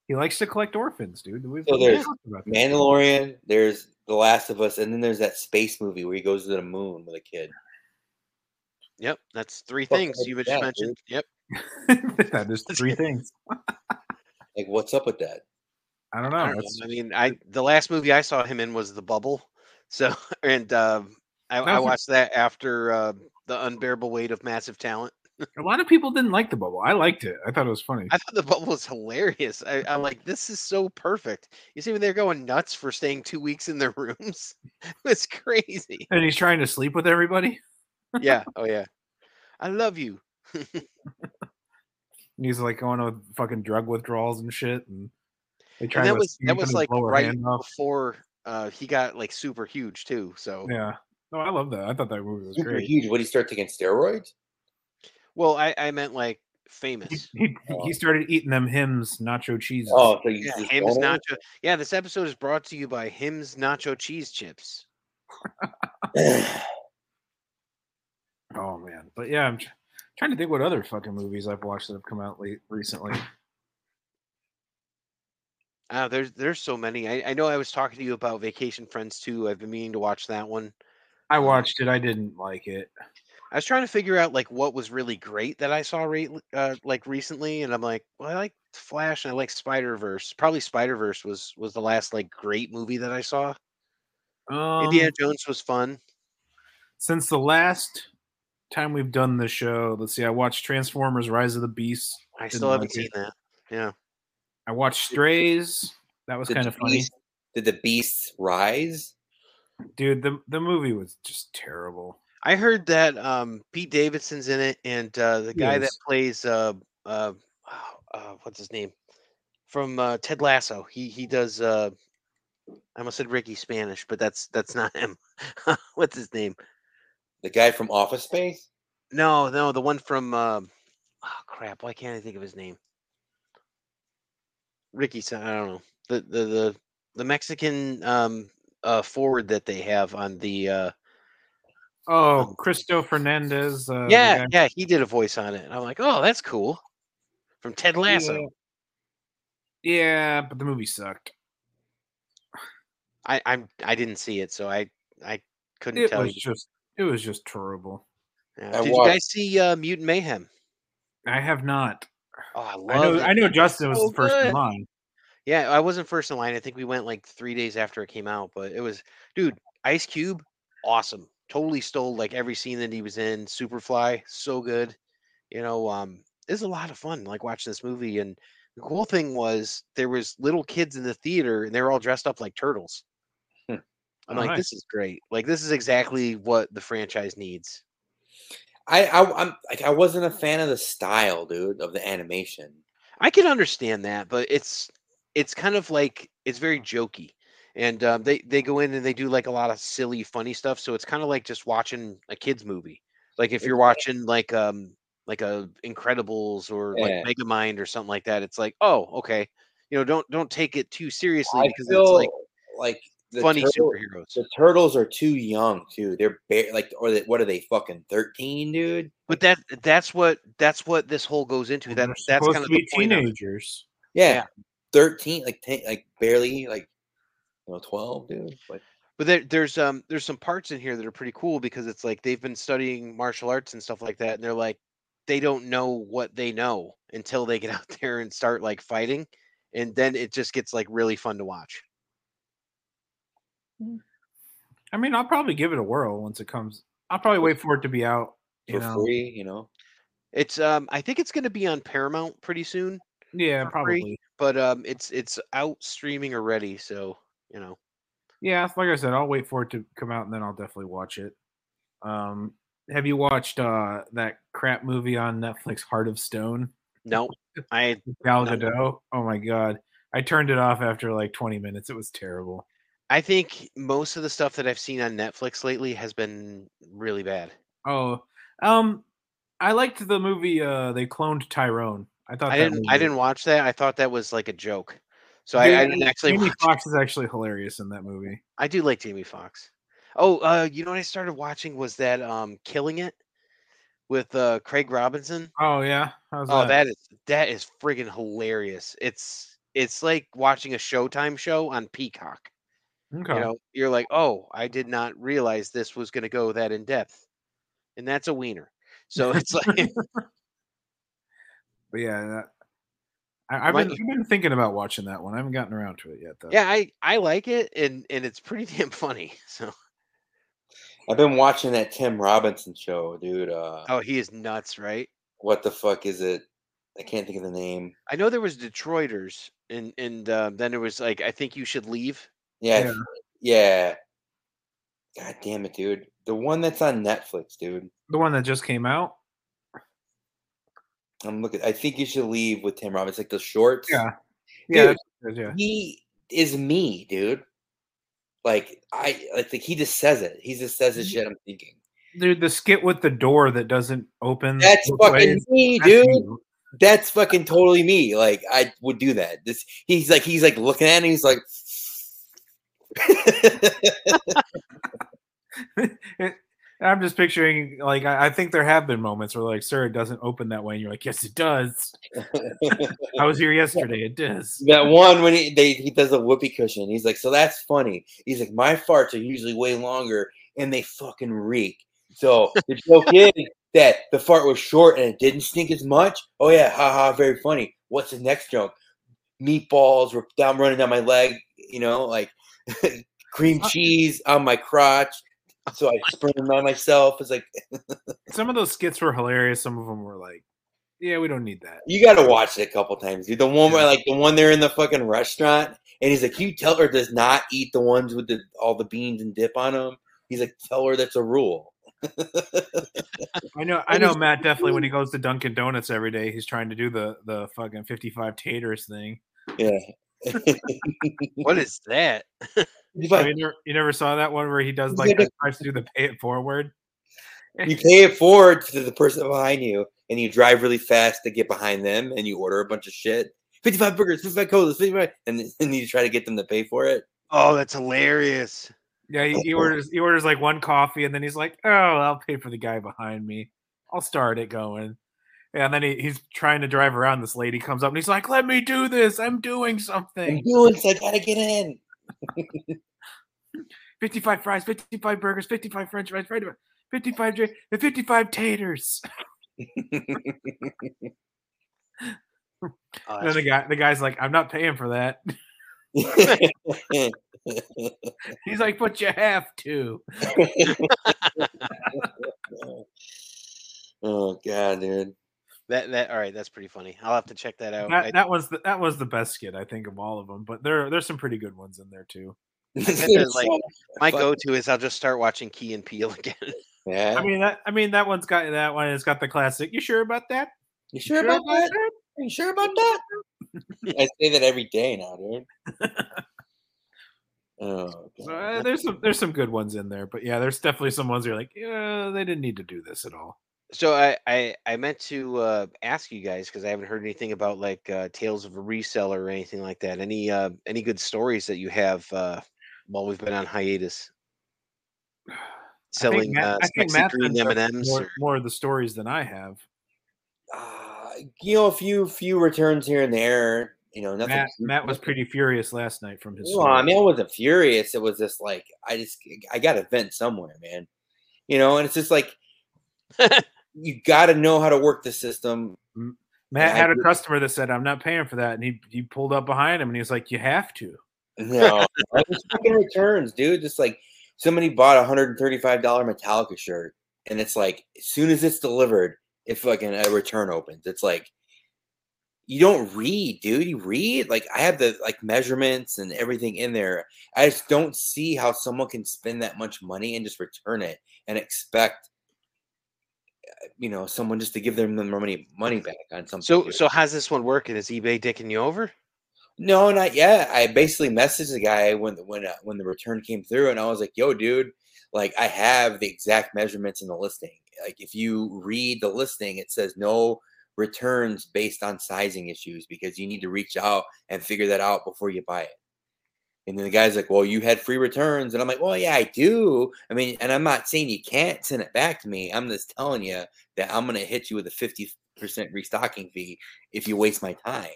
C: He likes to collect orphans, dude. We've
D: So
C: we've
D: there's
C: talked about that.
D: Mandalorian. There's The Last of Us, and then there's that space movie where he goes to the moon with a kid.
B: Yep, that's three
D: Fuck
B: things
D: with
B: you just
D: that, dude.
B: mentioned. Yep.
C: that is three things.
D: Like, what's up with that?
C: I don't know.
B: I, don't know,
C: That's-
B: I mean, I the last movie I saw him in was The Bubble. So and um, I, I
C: was a-
B: watched that after uh, the unbearable weight of massive talent.
C: a lot of people didn't like the bubble. I liked it. I thought it was funny.
B: I thought the bubble was hilarious. I, I'm like, this is so perfect. You see, when they're going nuts for staying two weeks in their rooms, it's crazy.
C: and he's trying to sleep with everybody.
B: Yeah. Oh yeah. I love you.
C: And he's like going on fucking drug withdrawals and shit. And they try
B: And that
C: to
B: was that
C: sneak
B: was
C: his
B: like
C: lower
B: right
C: hand off.
B: before uh, he got like super huge too. So
C: Yeah. No, I love that. I thought that movie was
D: Super
C: great.
D: huge. What do you start taking steroids?
B: well, I, I meant like
C: He,
B: famous.
C: he, he started eating them hymns, nacho cheeses.
D: Oh, so you
B: Yeah,
D: just
B: Him's
D: don't?
B: nacho. Yeah, this episode is brought to you by Him's Nacho Cheese Chips.
C: Oh, man. But yeah, I'm tr- trying to think what other fucking movies I've watched that have come out late recently.
B: Ah, there's there's so many. I, I know I was talking to you about Vacation Friends too. I've been meaning to watch that one.
C: I watched it. I didn't like it.
B: I was trying to figure out like what was really great that I saw re- uh, like recently, and I'm like, well, I like Flash and I like Spider Verse. Probably Spider Verse was was the last like great movie that I saw.
C: Um,
B: Indiana Jones was fun.
C: Since the last time we've done the show, let's see. I watched Transformers: Rise of the Beasts.
B: I
C: didn't
B: still haven't
C: like
B: seen
C: it.
B: that. Yeah,
C: I watched Strays. That was
D: Did
C: kind
D: the
C: of funny.
D: beast- Did the beasts rise?
C: Dude, the, the movie was just terrible.
B: I heard that um, Pete Davidson's in it, and uh, the guy that
C: Yes.
B: plays uh, uh, uh, what's his name from uh, Ted Lasso. He he does. Uh, I almost said Ricky Spanish, but that's that's not him. what's his name?
D: The guy from Office Space?
B: No, no, the one from um oh crap, why can't I think of his name? Ricky Sa- I don't know. The the the, the Mexican um uh forward that they have on the uh
C: Oh, Cristo Fernandez. Uh, the
B: Yeah,
C: guy-
B: yeah, he did a voice on it. And I'm like, "Oh, that's cool." From Ted Lasso.
C: Yeah, but the movie sucked.
B: I I'm I didn't see it, so I I couldn't
C: It
B: tell
C: was
B: you.
C: just it was just terrible.
B: Yeah.
D: I
B: Did you
D: watched-
B: guys see uh Mutant Mayhem?
C: I have not.
B: Oh, I
C: I know
B: love
C: I
B: it.
C: know Justin was
B: so
C: the first in
B: good.
C: line.
B: Yeah, I wasn't first in line. I think we went like three days after it came out, but it was, dude, Ice Cube, awesome. Totally stole like every scene that he was in. Superfly, so good. You know, um, it's a lot of fun like watching this movie. And the cool thing was there was little kids in the theater and they were all dressed up like turtles.
D: Hmm.
B: I'm like,
C: Nice.
B: this is great. Like this is exactly what the franchise needs.
D: I, I I'm like I wasn't a fan of the style, dude, of the animation.
B: I can understand that, but it's it's kind of like it's very
D: Mm.
B: jokey, and um, they they go in and they do like a lot of silly, funny stuff. So it's kind of like just watching a kids movie. Like if you're watching like um like a Incredibles or
D: Yeah.
B: like Megamind or something like that, it's like oh okay, you know don't don't take it too seriously
D: I
B: because it's
D: feel
B: like
D: like, the
B: funny
D: turtle-
B: superheroes.
D: The turtles are too young too. They're bare, like, or they, what are they fucking thirteen, dude?
B: But that that's what that's what this whole goes into. That
C: They're
B: that's
C: supposed
B: kind of
C: to
B: the
C: be
B: point. Of it.
C: teenagers.
D: Yeah,
B: Yeah.
D: thirteen, like ten, like barely, like you know, twelve, dude. Like,
B: But there, there's um there's some parts in here that are pretty cool because it's like they've been studying martial arts and stuff like that, and they're like they don't know what they know until they get out there and start like fighting, and then it just gets like really fun to watch.
C: I mean, I'll probably give it a whirl once it comes. I'll probably wait for it to be out.
D: for
C: You know,
D: free, you know.
B: It's um I think it's going to be on Paramount pretty soon,
C: yeah,
B: for free.
C: probably.
B: but um it's it's out streaming already, so you know
C: Yeah, like I said, I'll wait for it to come out and then I'll definitely watch it. Um, have you watched uh that crap movie on Netflix, Heart of Stone?
B: no I
C: Gal Gadot. Oh my god, I turned it off after like 20 minutes. It was terrible.
B: I think most of the stuff that I've seen on Netflix lately has been really bad.
C: Oh, um, I liked the movie. Uh, they cloned Tyrone. I thought
B: I
C: that
B: didn't. I
C: movie-
B: didn't watch that. I thought that was like a joke. So I, I
C: Jamie-
B: didn't actually.
C: Jamie
B: watch-
C: Fox is actually hilarious in that movie.
B: I do like Jamie Fox. Oh, uh, you know what I started watching was that um, Killing It with uh, Craig Robinson.
C: Oh yeah, How's
B: Oh, that is that is friggin' hilarious. It's it's like watching a Showtime show on Peacock.
C: okay.
B: You know, you're like, oh, I did not realize this was gonna go that in depth, and that's a wiener. So it's like,
C: But yeah, that, I, I've
B: Might-
C: been, I've been thinking about watching that one. I haven't gotten around to it yet though.
B: yeah, I I like it, and and it's pretty damn funny. So,
D: I've been watching that Tim Robinson show, dude. Uh,
B: oh, he is nuts, right?
D: What the fuck is it? I can't think of the name.
B: I know there was Detroiters, and and uh, then there was like, I think you should leave.
D: Yeah, yeah. God damn it, dude. The one that's on Netflix, dude.
C: The one that just came out.
D: I'm looking. I think you should leave with Tim Robbins, like the shorts.
C: Yeah. Yeah,
D: Dude.
C: that's good, yeah.
D: he is me, dude. Like I, like the, he just says it. He just says the shit I'm thinking.
C: Dude, the skit with the door that doesn't open.
D: That's
C: Mm, both
D: fucking
C: ways,
D: me,
C: that's
D: dude.
C: you.
D: That's fucking totally me. Like I would do that. This he's like he's like looking at it. He's like,
C: I'm just picturing like I, I think there have been moments where like, sir, it doesn't open that way, and you're like, yes, it does. I was here yesterday. It does.
D: That one when he they, he does a whoopee cushion, he's like, "So that's funny." He's like, "My farts are usually way longer, and they fucking reek." So the joke is that the fart was short and it didn't stink as much. Oh yeah, haha, very funny. What's the next joke? Meatballs were down running down my leg. You know, like cream cheese on my crotch. So I spurned on myself. It's like
C: Some of those skits were hilarious. Some of them were like, yeah, we don't need that.
D: You got to watch it a couple times, dude. The one where like the one they're in the fucking restaurant, and he's like, "You tell her does not eat the ones with the all the beans and dip on them." He's like, "Tell her that's a rule."
C: I know. I know. Matt definitely when he goes to Dunkin' Donuts every day, he's trying to do the the fucking 55 taters thing.
B: What is that?
D: He's
C: Oh,
D: like,
C: you, never, you never saw that one where he does
D: He's
C: like
D: like
C: that, tries to do the pay it forward.
D: you pay it forward to the person behind you, and you drive really fast to get behind them, and you order a bunch of shit. Fifty-five burgers, fifty-five colas, fifty-five, and then and you try to get them to pay for it.
B: Oh, that's hilarious.
C: Yeah, he, he orders he orders like one coffee, and then he's like, "Oh, I'll pay for the guy behind me. I'll start it going." Yeah, and then he, he's trying to drive around. This lady comes up and he's like, "Let me do this. I'm doing
D: I'm
C: something.
D: doing, so I gotta get in.
C: Fifty-five fries, fifty-five burgers, fifty-five French fries, fifty-five dri- and fifty-five taters."
B: Oh,
C: And then
B: that's
C: the guy the guy's like, "I'm not paying for that." He's like, "But you have to."
D: oh god, dude.
B: That that all right, that's pretty funny. I'll have to check that out. I-
C: That, that was the, that was the best skit I think of all of them. But there there's some pretty good ones in there too.
B: bet there's,
D: It's
B: like,
D: so-
B: my
D: fuck.
B: go-to is I'll just start watching Key and Peele again.
D: yeah.
C: I mean that I mean that one's got that one. It's got the classic. You sure about that?
D: you sure about that? Are you sure about that? I say that every day now, dude. oh,
C: So,
D: God.
C: uh, there's some there's some good ones in there, but yeah, there's definitely some ones you're like, yeah, they didn't need to do this at all.
B: So I I, I meant to uh, ask you guys because I haven't heard anything about like uh, tales of a reseller or anything like that. Any uh, any good stories that you have uh, while we've been on hiatus? Selling
C: Matt-
B: uh, sexy
C: Matt's
B: green
C: done
B: M
C: some
B: and M's.
C: more, more of the stories than I have.
D: Uh, you know, a few few returns here and there. You know, nothing.
C: Matt, Matt was pretty furious last night from his.
D: Well, I
C: story.
D: mean, I wasn't furious. It was just like I just I got to vent somewhere, man. You know, and it's just like you got to know how to work the system.
C: Matt
D: I
C: had a
D: did-
C: customer that said, "I'm not paying for that," and he he pulled up behind him and he was like, "You have to."
D: No, it's fucking returns, dude. Just like somebody bought a hundred and thirty-five dollar Metallica shirt, and it's like as soon as it's delivered, if fucking a return opens, it's like you don't read, dude. You read like I have the like measurements and everything in there. I just don't see how someone can spend that much money and just return it and expect uh, you know someone just to give them their money money back on something.
B: So
D: dude.
B: so how's this one working? Is eBay dicking you over?
D: No, not yet. I basically messaged the guy when the- when uh, when the return came through, and I was like, "Yo, dude, like I have the exact measurements in the listing. Like if you read the listing, it says no returns based on sizing issues because you need to reach out and figure that out before you buy it." And then the guy's like, "Well, you had free returns," and I'm like, "Well, yeah, I do. I mean, and I'm not saying you can't send it back to me. I'm just telling you that I'm gonna hit you with a fifty percent restocking fee if you waste my time."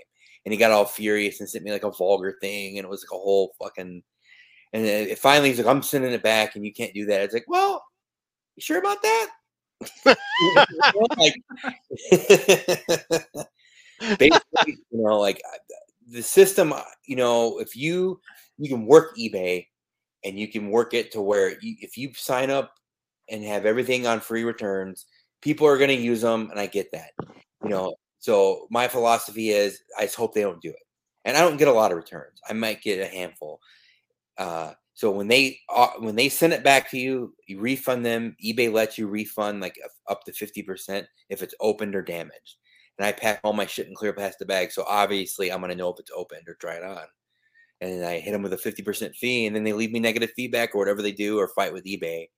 D: and he got all furious and sent me like a vulgar thing and it was like a whole fucking and then it finally he's like i'm sending it back and you can't do that it's like well you sure about that like basically you know like I- the system uh, you know if you you can work ebay and you can work it to where you, if you sign up and have everything on free returns people are going to use them and i get that you know so my philosophy is i just hope they don't do it and i don't get a lot of returns i might get a handful uh, so when they uh, when they send it back to you you refund them ebay lets you refund like up- up to 50% if it's opened or damaged and i pack all my shit in clear plastic bags so obviously i'm going to know if it's opened or dried on and i hit them with a 50% fee and then they leave me negative feedback or whatever they do or fight with ebay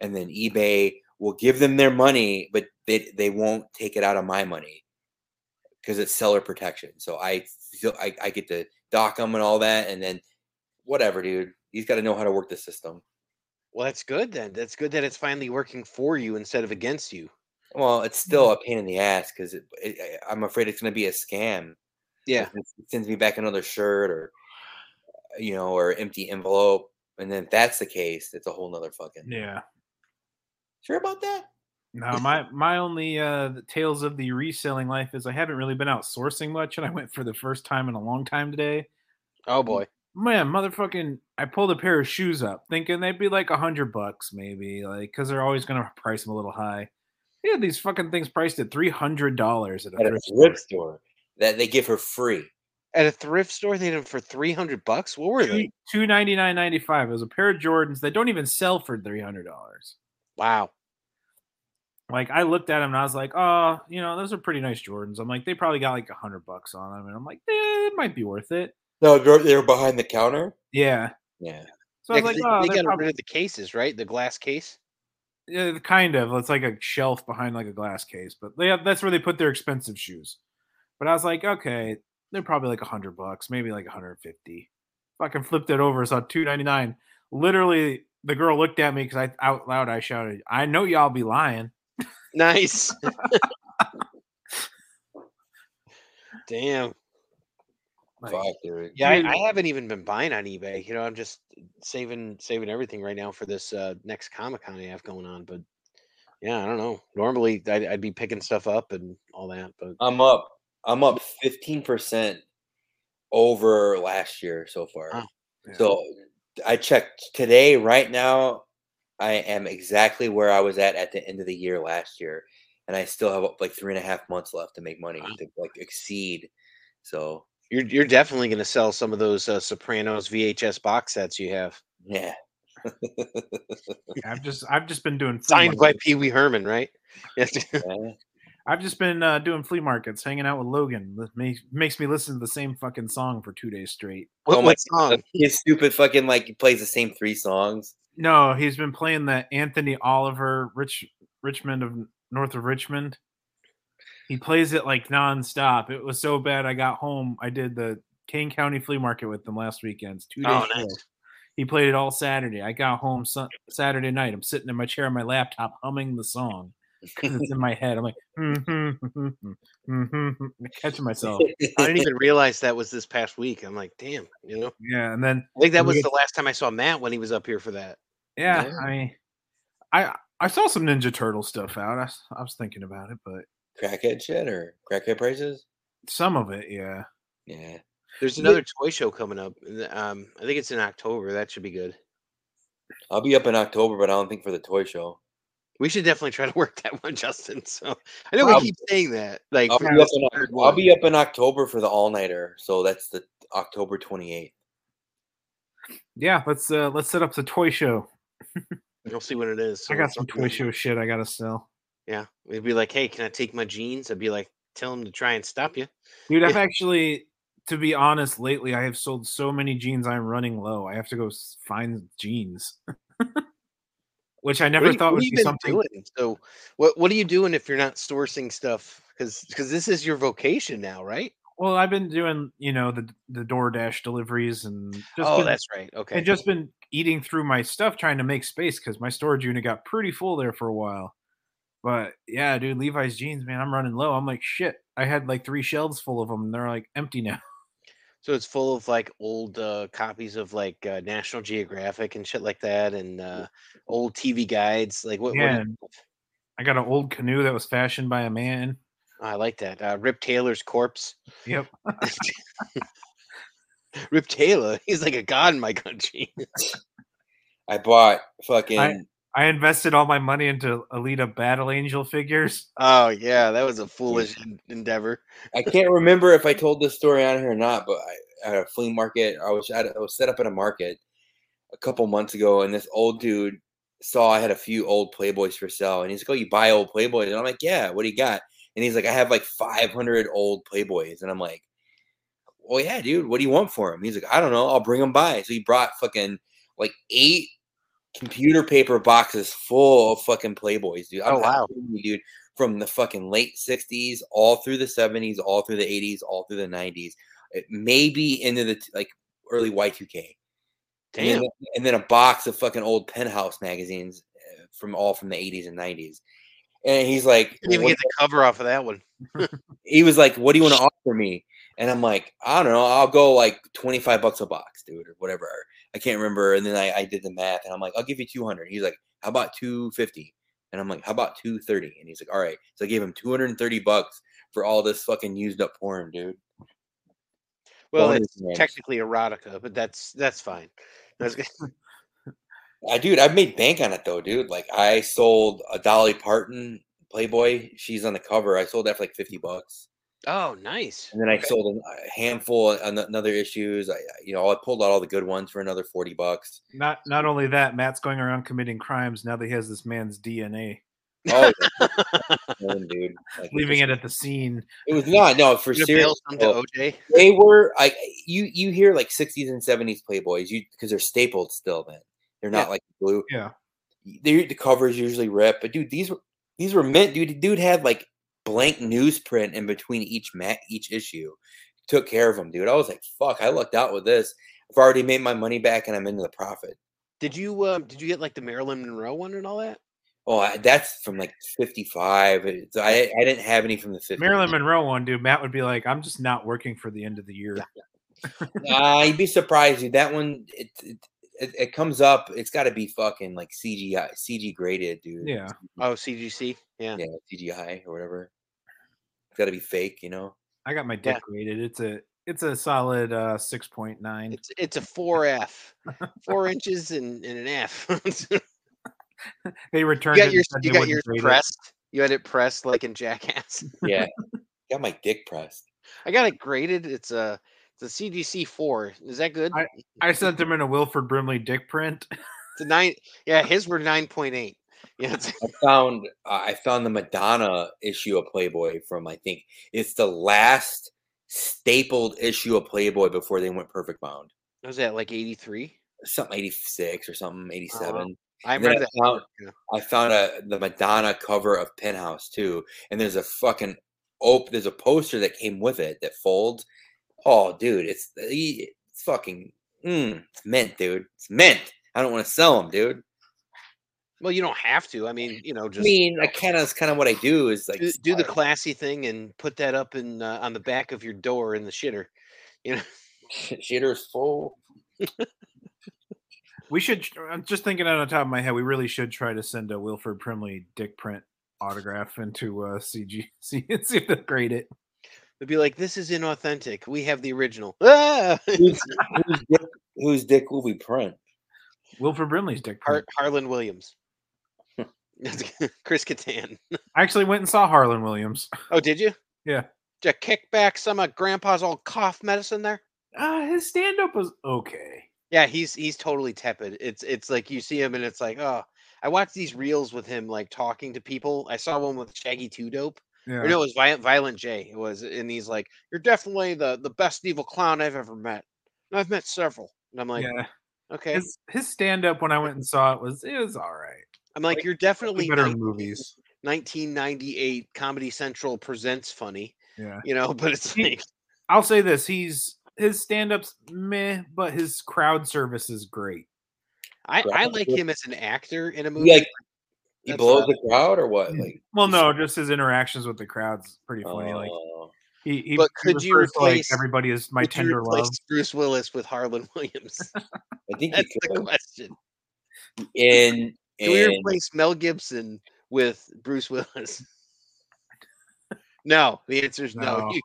D: and then ebay will give them their money but they, they won't take it out of my money because it's seller protection. So I feel I, I get to dock them and all that, and then whatever, dude. He's got to know how to work the system.
B: Well, that's good then. That's good that it's finally working for you instead of against you.
D: Well, it's still a pain in the ass because it, it, I- I'm afraid it's going to be a scam.
B: Yeah.
D: If It s- sends me back another shirt or you know or empty envelope, and then if that's the case, it's a whole nother fucking.
C: Yeah.
D: Sure about that?
C: No, my my only uh the tales of the reselling life is I haven't really been outsourcing much, and I went for the first time in a long time today.
B: Oh boy.
C: Man, motherfucking! I pulled a pair of shoes up, thinking they'd be like a hundred bucks, maybe, like because they're always gonna price them a little high. Yeah, these fucking things priced at three hundred dollars at a
D: At a
C: thrift store.
D: thrift store that they give her free.
B: At a thrift store, they did them for three hundred bucks. What were they?
C: Two ninety nine ninety five. It was a pair of Jordans that don't even sell for three hundred dollars.
B: Wow.
C: Like I looked at them and I was like, oh, you know, those are pretty nice Jordans. I'm like, they probably got like a hundred bucks on them, and I'm like, eh, it might be worth it.
D: No, they're, they're behind the counter.
C: Yeah.
D: Yeah.
C: So
B: Yeah,
C: I
B: 'cause
C: was
B: they,
C: like, oh,
B: they
C: they're
B: got
C: prob-
B: rid of the cases, right? The glass case.
C: yeah, kind of. It's like a shelf behind like a glass case, but they have, that's where they put their expensive shoes. But I was like, okay, they're probably like a hundred bucks, maybe like 150. Fucking flipped it over, saw 299. Literally, the girl looked at me because I out loud I shouted, "I know y'all be lying."
B: Nice. Damn.
C: Like,
D: Fuck, dude.
B: Yeah, I,
C: Dude.
B: I haven't even been buying on eBay. You know, I'm just saving saving everything right now for this uh, next Comic Con I have going on. But yeah, I don't know. Normally, I'd, I'd be picking stuff up and all that, but
D: I'm up. I'm up fifteen percent over last year so far.
B: Wow.
C: yeah.
D: So I checked today. Right now, I am exactly where I was at at the end of the year last year, and I still have like three and a half months left to make money
B: Wow.
D: to like exceed. So
B: you're you're definitely going to sell some of those uh, Sopranos VHS box sets you have,
D: yeah,
C: I've just I've just been doing flea
B: signed by
C: markets.
B: Pee Wee Herman, right? Yes. Oh
D: yeah.
C: I've just been uh, doing flea markets, hanging out with Logan. That makes makes me listen to the same fucking song for two days straight.
B: what,
D: Oh my
B: what song?
D: his stupid fucking like he plays the same three songs.
C: No, he's been playing that Anthony Oliver, Rich Richmond of North of Richmond. He plays it like nonstop. It was so bad. I got home. I did the Kane County Flea Market with them last weekend. It's Two days.
B: Oh,
C: show.
B: nice.
C: He played it all Saturday. I got home sun- Saturday night. I'm sitting in my chair on my laptop humming the song because it's in my head. I'm like, mm-hmm, catching myself.
B: Oh. I didn't e even realize that was this past week. I'm like, damn, you know.
C: Yeah, and then
B: I think that
C: Yeah.
B: was the last time I saw Matt when he was up here for that.
C: Yeah,
D: Yeah.
C: I mean, I I saw some Ninja Turtle stuff out. I, s- I was thinking about it, but
D: crackhead shit or crackhead prices?
C: some of it, yeah.
D: Yeah,
B: There's
C: Yeah.
B: another toy show coming up. in the- Um, I think it's in October. That should be good.
D: I'll be up in October, but I don't think for the toy show.
B: We should definitely try to work that one, Justin. So I know we
D: Probably.
B: keep saying that. Like,
D: I'll
B: for
D: be,
B: this
D: up in,
B: third
D: Oc- I'll
B: one.
D: be up in October for the all nighter. So that's the October 28th.
C: Yeah, let's uh let's set up the toy show.
B: We'll see what it is.
C: I
B: So
C: got
B: it's
C: some
B: something
C: toy
B: like-
C: show shit I gotta sell.
B: Yeah, we'd be like, "Hey, can I take my jeans?" I'd be like, "Tell him to try and stop you."
C: Dude, I've actually to be honest, lately I have sold so many jeans I'm running low. I have to go s- find jeans, which I never
B: What do you-
C: thought
B: what have
C: would
B: you
C: be
B: been
C: something.
B: doing? So, what what are you doing if you're not sourcing stuff? Because because this is your vocation now, right?
C: Well, I've been doing, you know, the the DoorDash deliveries and just
B: oh,
C: been-
B: that's right. Okay.
C: and just been eating through my stuff trying to make space because my storage unit got pretty full there for a while. But yeah, dude, Levi's jeans, man, I'm running low. I'm like, shit. I had like three shelves full of them, and they're like empty now.
B: so it's full of like old uh, copies of like uh, National Geographic and shit like that, and uh, old TV guides. Like what? what
C: Yeah,
B: is-
C: I got an old canoe that was fashioned by a man.
B: I like that. Uh, Rip Taylor's corpse.
C: Yep.
B: Rip Taylor, he's like a god in my country.
D: I bought fucking.
C: I invested all my money into Alita Battle Angel figures.
B: Oh yeah, that was a foolish en- endeavor.
D: I can't remember if I told this story on here or not, but I, at a flea market, I was at, I was set up at a market a couple months ago, and this old dude saw I had a few old Playboys for sale, and he's like, "Oh, you buy old Playboys?" And I'm like, "Yeah, what do you got?" And he's like, "I have like 500 old Playboys," and I'm like, "Oh yeah, dude, what do you want for him?" He's like, "I don't know, I'll bring them by." So he brought fucking like eight computer paper boxes full of fucking Playboys, dude. I'm
B: Oh,
D: not
B: wow.
D: kidding you, dude from the fucking late 60s all through the 70s all through the 80s all through the 90s it maybe into the t- like early y2k and then,
B: Damn.
D: and then a box of fucking old penthouse magazines uh, from all from the 80s and 90s and he's like
B: Didn't even
D: "What-
B: get the cover off of that one.
D: he was like what do you want to offer me and i'm like i don't know i'll go like 25 bucks a box dude or whatever i can't remember and then i, I did the math and i'm like i'll give you 200 he's like how about 250 and i'm like how about 230 and he's like all right so i gave him 230 bucks for all this fucking used up porn dude
B: Well,
D: Bonus
B: it's
D: names.
B: technically erotica, but that's that's fine. That's good.
D: i dude i've made bank on it though dude like i sold a dolly parton playboy she's on the cover i sold that for like 50 bucks
B: Oh, nice.
D: And then I
B: Okay.
D: sold an- a handful of ano- another issues. I, I- you know, I pulled out all the good ones for another forty bucks.
C: Not not only that, Matt's going around committing crimes now that he has this man's DNA,
D: Oh, yeah. Man, dude, like,
C: leaving
D: it,
C: it at the scene.
D: was, it was not no for
B: You gonna bail
D: serious.
B: some to
D: though,
B: OJ.
D: They were I you you hear like sixties and seventies Playboys you because they're stapled still. Then they're
B: Yeah.
D: not like blue.
C: Yeah.
D: they the covers usually rip, but dude, these were these were meant. Dude, dude had like blank newsprint in between each mat each issue. Took care of them, dude. I was like, fuck, I lucked out with this. I've already made my money back, and I'm into the profit.
B: Did you um did you get like the Marilyn Monroe one and all that?
D: Oh, I, that's from like 55. It- So I, I didn't have any from the 50s.
C: Marilyn Monroe one, dude. Matt would be like, I'm just not working for the end of the year.
D: Nah, Uh, you'd be surprised, dude. That one, it, it, it, it comes up. It's got to be fucking like CGI, CG graded, dude.
C: Yeah.
B: Oh, CGC. Yeah.
D: Yeah, CGI or whatever. It's got to be fake, you know?
C: I got my
B: Yeah.
C: dick rated. It's a it's a solid uh six point nine.
B: It's it's a four F, four inches and, and an F. you
C: They returned it.
B: got
C: and
B: your
C: said
B: you
C: they
B: got
C: wouldn't
B: yours
C: grade it.
B: pressed. You had it pressed like in Jackass.
D: Yeah. got my dick pressed.
B: I got it graded. It's a it's a CGC four. Is that good?
C: I sent them in a Wilford Brimley dick print.
B: It's a nine. Yeah, his were nine point eight. Yeah, it's,
D: I found I found the Madonna issue of Playboy from I think it's the last stapled issue of Playboy before they went perfect bound.
B: what was that like eighty three?
D: Something 86 or something 87.
B: I
D: And then
B: remember that.
D: I found,
B: yeah.
D: I found a the Madonna cover of Penthouse too, and there's a fucking op. There's a poster that came with it that folds. Oh, dude, it's e- it's fucking mm, it's mint, dude. It's mint. I don't want to sell them, dude.
B: Well, you don't have to. I mean, you know,
D: I
B: just
D: mean, I kind of that's kind of what I do is like
B: do, do the
D: sell-
B: classy thing and put that up in uh, on the back of your door in the shitter.
D: shitter's full.
C: We should. tr- I'm just thinking out of the top of my head. We really should try to send a Wilford Brimley dick print autograph into uh, CG. See and see if they'll grade it.
B: It'd be like, this is inauthentic. We have the original. Ah!
D: Who's, whose dick, whose dick will we print?
C: Wilford Brimley's dick print.
B: Har- Harlan Williams. Chris Kattan.
C: I actually went and saw Harlan Williams.
B: Oh, did you?
C: Yeah.
B: Did you kick back some of grandpa's old cough medicine there?
C: Uh, his stand up was okay.
B: Yeah, he's he's totally tepid. It's it's like you see him and it's like, oh, I watched these reels with him like talking to people. I saw one with Shaggy Two Dope
C: Yeah.
B: Or no, it was Violent, Violent J. It was, and he's like, "You're definitely the the best evil clown I've ever met. And I've met several." And I'm like,
C: yeah.
B: "Okay."
C: His his stand up when I went and saw it was it was all right.
B: I'm like,
C: like,
B: "You're
C: Definitely
B: definitely
C: better
B: nine-
C: movies.
B: 1998 Comedy Central presents funny."
C: Yeah.
B: You know, but it's
C: He-
B: like,
C: I'll say this: he's his stand ups meh, but his crowd service is great.
B: I
D: Yeah.
B: I like him as an actor in a movie.
D: like, He
B: That's
D: blows
B: not-
D: the crowd or what?
C: Yeah.
D: Like,
C: Well, no, just his interactions with the crowd's pretty funny. like
D: oh,
C: he, he
B: But
C: he
B: could you
C: refers to,
B: replace-
C: like everybody is my
B: Would you
C: tender
B: replace
C: love?
B: Bruce Willis with Harlan Williams.
D: I think
B: That's
D: he
B: the
D: could.
B: question.
D: And,
B: Do we
D: and
B: replace Mel Gibson with Bruce Willis? No, the answer is no.
C: No.
B: You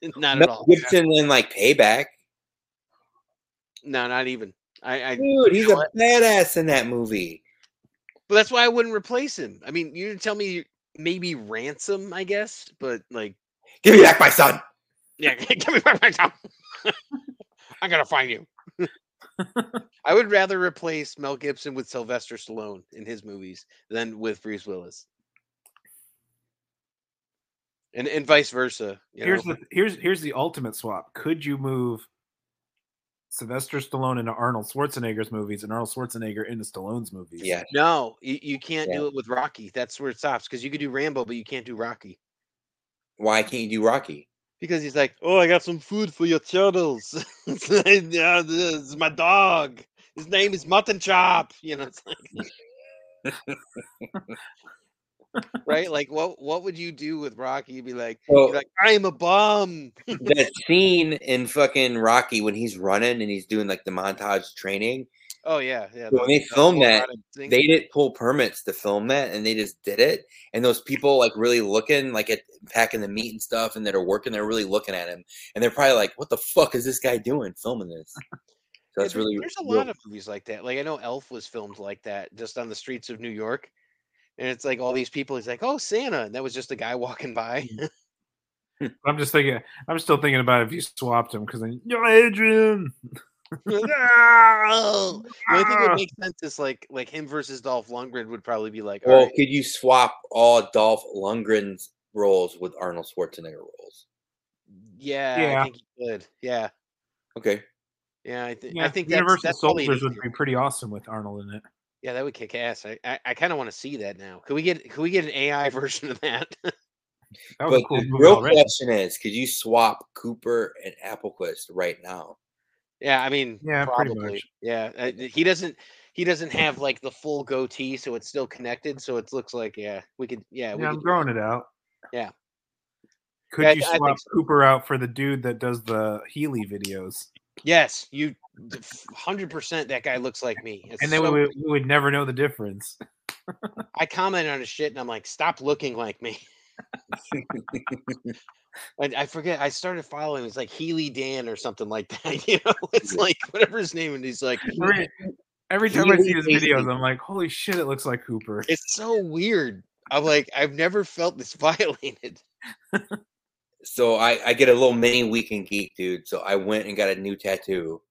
B: can't. Not at
D: Mel
B: all.
D: Gibson in like payback.
B: No, not even. I, I
D: Dude, he's a
B: What?
D: badass in that movie.
B: but that's why I wouldn't replace him. I mean, you didn't tell me maybe ransom, I guess, but like
D: Give me back my son.
B: yeah, give me back my time. I'm gonna find you. I would rather replace Mel Gibson with Sylvester Stallone in his movies than with Bruce Willis. And and vice versa. you
C: Here's
B: know?
C: the here's here's the ultimate swap. Could you move Sylvester Stallone into Arnold Schwarzenegger's movies and Arnold Schwarzenegger into Stallone's movies?
D: Yeah.
B: No, you, you can't
D: Yeah.
B: do it with Rocky. That's where it stops because you could do Rambo, but you can't do Rocky
D: Why can't you do Rocky?
B: because he's like, "Oh, I got some food for your turtles. It's like, "Yeah, this is my dog. His name is Mutton Chop." You know, it's like, right? Like, what what would you do with Rocky? You'd be like,
D: So
B: you're like, "I'm a bum."
D: that scene in fucking Rocky when he's running and he's doing like the montage training,
B: Oh yeah, yeah.
D: When
B: the-
D: they
B: the
D: filmed that,
B: homoerotic thing.
D: they didn't pull permits to film that and they just did it. And those people like really looking like at packing the meat and stuff and that are working, they're really looking at him and they're probably like, What the fuck is this guy doing filming this? So
B: Yeah,
D: that's
B: there's,
D: really
B: there's a
D: real-
B: lot of movies like that. Like I know Elf was filmed like that, just on the streets of New York, and it's like all these people. He's like, "Oh, Santa," and that was just a guy walking by.
C: I'm just thinking. I'm still thinking about if you swapped him because then you're Adrian.
B: No! The only thing that
C: Ah.
B: would make sense is like like him versus Dolph Lundgren would probably be like, all
D: Well,
B: right,
D: could you swap all Dolph Lundgren's roles with Arnold Schwarzenegger roles?
B: yeah, I
C: yeah.
B: think he could, yeah,
D: Okay.
B: yeah, I think I
C: Yeah,
B: think that's,
C: Universal
B: that's probably an
C: Soldiers would
B: easier-
C: be pretty awesome with Arnold in it.
B: yeah, that would kick ass. I I, I kind of want to see that now. Could we get could we get an AI version of that?
C: That
D: But
C: was a cool
D: the
C: movie
D: real
C: already.
D: question is, could you swap Cooper and Applequist right now?
B: Yeah, I mean,
C: Yeah, pretty
B: probably.
C: much.
B: Yeah, uh, he doesn't. He doesn't have like the full goatee, so it's still connected. So it looks like yeah, we could. Yeah, we
C: Yeah, I'm
B: could,
C: growing it out.
B: Yeah.
C: Could
B: Yeah, I
C: you
B: th- I think
C: swap
B: so.
C: Cooper out for the dude that does the Healy videos?
B: Yes, you, hundred percent. That guy looks like me. It's
C: And then
B: so-
C: we, would- we would never know the difference.
B: I comment on his shit, and I'm like, stop looking like me. And I forget. I started following. It's like Healy Dan or something like that. You know, it's
D: Yeah.
B: like whatever his name, and he's like,
C: Every, every time I see
D: Healy
C: his
D: Healy.
C: videos, I'm like, holy shit, it looks like Cooper.
B: it's so weird. I'm like, I've never felt this violated.
D: So I, I get a little mini weekend geek, dude. So I went and got a new tattoo.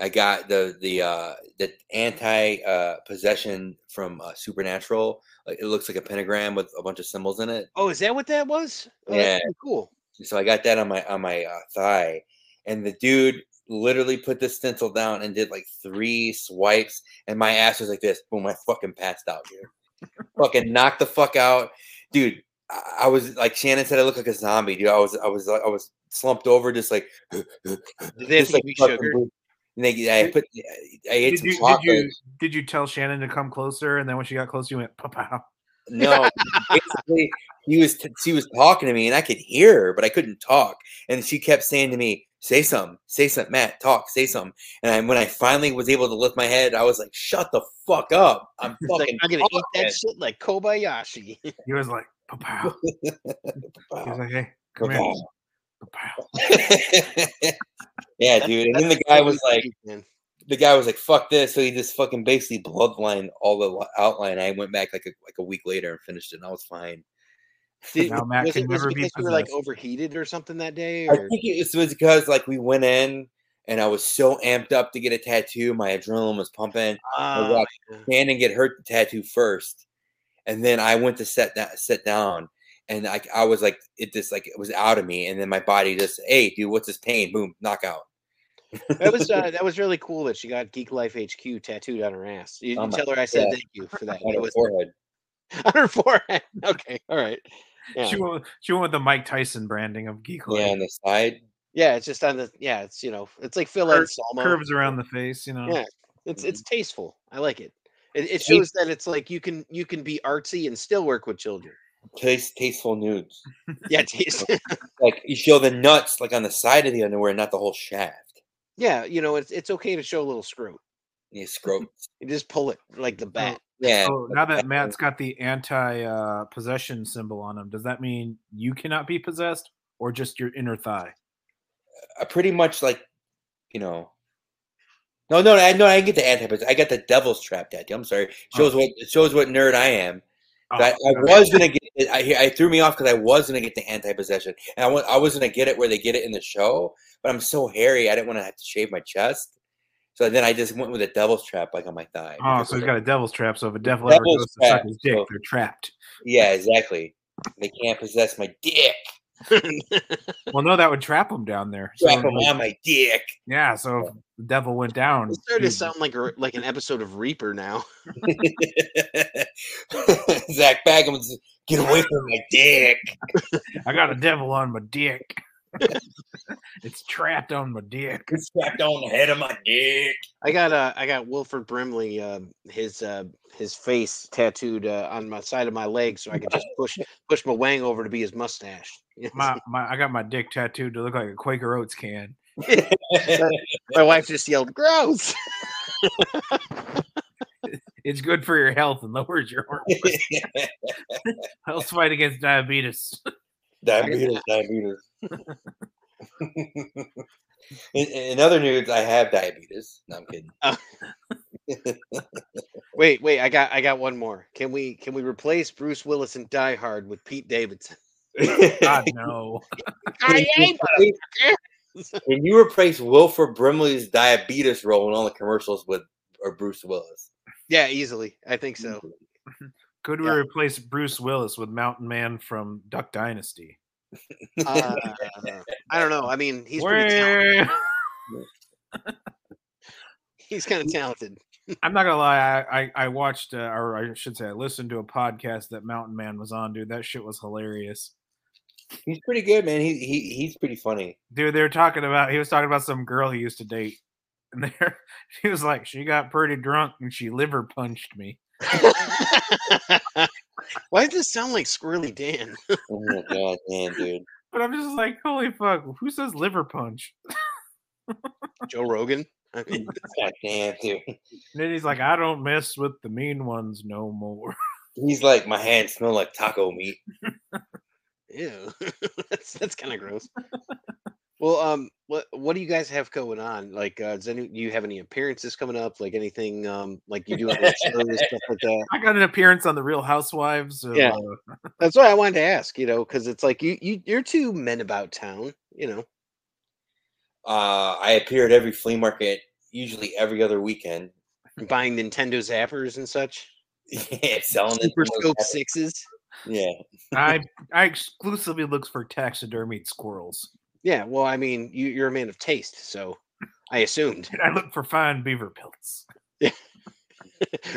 D: I got the the uh, the anti uh, possession from uh, Supernatural. Like it looks like a pentagram with a bunch of symbols in it.
B: Oh, is that what that was? Oh, that's
D: Yeah.
B: pretty cool.
D: So I got that on my on my uh, thigh, and the dude literally put the stencil down and did like three swipes, and my ass was like this. Boom! I fucking passed out, dude. fucking knocked the fuck out, dude. I, I was like Shannon said, I look like a zombie, dude. I was I was like I was slumped over, just like
B: Did they have
D: just
B: to give
D: like
B: you
D: fucking
B: sugar?
D: blue- And they, I
C: Did-
D: put I ate
C: Did
D: some
C: you, did,
D: tacos.
C: you, did you tell Shannon to come closer? And then when she got closer, you went, pow pow.
D: No, basically, he was t- she was talking to me, and I could hear her, but I couldn't talk. And she kept saying to me, "Say something, say something, Matt, talk, say something." And I, when I finally was able to lift my head, I was like, "Shut the fuck up! I'm
B: It's like,
D: fucking."
B: I'm gonna eat that
D: talking."
B: shit like Kobayashi.
C: He was like, pow pow. He was like, hey, come here.
D: Pow.
C: Pow.
D: yeah, dude. And then the
B: That's
D: guy
B: what
D: was
B: we
D: like,
B: need, man.
D: the guy was like, "Fuck this!" So he just fucking basically bloodlined all the li- outline. I went back like a, like a week later and finished it, and I was fine.
B: Did-
C: Now Matt
B: was
C: can
B: it, was it
C: never be
B: because you were like
C: possessed.
B: overheated or something that day?
D: I
B: Or?
D: think it was- it was because like we went in and I was so amped up to get a tattoo, my adrenaline was pumping. I
B: Ah,
D: watched
B: yeah.
D: Shannon get her tattoo first, and then I went to set that sit down, and like I was like it just like it was out of me, and then my body just hey dude, what's this pain? Boom, knockout.
B: That was uh, that was really cool that she got Geek Life HQ tattooed on her ass. You, you
D: Oh my
B: tell her I said
D: God.
B: thank you for that.
D: on
B: That
D: her
B: was
D: forehead.
B: on her forehead. Okay, all right. Yeah.
C: She went. She went with the Mike Tyson branding of geek.
D: Yeah,
C: Life.
D: on the side.
B: yeah, it's just on the yeah. It's you know, it's like Phil
C: Cur-
B: Anselmo.
C: curves around the face. You know.
B: Yeah. It's it's tasteful. I like it. It, it shows that it's like you can you can be artsy and still work with children.
D: Taste, tasteful nudes.
B: Yeah, taste.
D: Like you show the nuts like on the side of the underwear, not the whole shaft.
B: yeah, you know, it's it's okay to show a little screw.
D: You scrope.
B: You just pull it like the
C: Oh.
B: bat.
D: Yeah.
C: So now that Matt's got the anti uh, possession symbol on him, does that mean you cannot be possessed or just your inner thigh?
D: I pretty much like, you know. No, no, I no, I didn't get the anti I got the devil's trap tattoo. I'm sorry. Shows what it shows what nerd I am.
C: Oh,
D: I, I
C: okay.
D: was gonna get it. I, I threw me off because I was gonna get the anti-possession, and I, wa- I was gonna get it where they get it in the show. But I'm so hairy, I didn't want to have to shave my chest. So then I just went with a devil's trap, like on my thigh.
C: Oh,
D: because-
C: so he's got a devil's trap. So if a devil ever
D: Devil's
C: goes to suck
D: trap,
C: his dick,
D: so-
C: they're trapped.
D: yeah, exactly. They can't possess my dick.
C: Well, no, that would trap him down there. So,
D: Trap 'em
C: like,
D: on my dick.
C: yeah, so if the devil went down.
B: It started to
C: dude,
B: sound like a, like an episode of Reaper now.
D: Zach Bagham's get away from my dick.
C: I got a devil on my dick. it's trapped on my dick.
D: It's trapped on the head of my dick.
B: I got uh, I got Wilford Brimley um, his uh, his face tattooed uh, on my side of my leg, so I could just push push my wang over to be his mustache.
C: My, my, I got my dick tattooed to look like a Quaker Oats can.
B: my wife just yelled, "Gross!"
C: It's good for your health and lowers your hormone. Helps fight against diabetes.
D: diabetes, diabetes. in, in other news, I have diabetes. No, I'm kidding.
B: Wait, wait, I got I got one more. Can we can we replace Bruce Willis and Die Hard with Pete Davidson?
C: God no.
D: When you replace- when you replace Wilford Brimley's diabetes role in all the commercials with or Bruce Willis,
B: Yeah, easily. I think so.
C: Could we
B: Yeah.
C: replace Bruce Willis with Mountain Man from Duck Dynasty?
B: Uh, I don't know. I mean, he's pretty talented.
C: Where-
B: he's kind of talented.
C: I'm not gonna lie. I I, I watched, uh, or I should say, I listened to a podcast that Mountain Man was on. Dude, that shit was hilarious.
D: he's pretty good, man. He, he he's pretty funny.
C: Dude, they were talking about. He was talking about some girl he used to date, and there he was like, she got pretty drunk and she liver punched me.
B: Why does this sound like Squirrely Dan?
D: Oh my god, man, dude.
C: But I'm just like, holy fuck, who says liver punch?
B: Joe Rogan. I mean,
D: God damn, dude.
C: And then he's like, I don't mess with the mean ones no more.
D: He's like, my hands smell like taco meat.
B: ew. that's that's kind of gross. Well, um, what what do you guys have going on? Like, uh, does any do you have any appearances coming up? Like anything, um, like you do on like, shows, stuff like that?
C: I got an appearance on the Real Housewives. Of,
B: Yeah.
C: uh,
B: That's why I wanted to ask, you know, because it's like you you you're two men about town, you know.
D: Uh, I appear at every flea market, usually every other weekend. Mm.
B: Buying Nintendo zappers and such,
D: Yeah, selling it.
B: Super Scope sixes.
D: Yeah.
C: I I exclusively looks for taxidermied squirrels.
B: Yeah, well, I mean, you, you're a man of taste, so I assumed.
C: And I look for fine beaver pelts.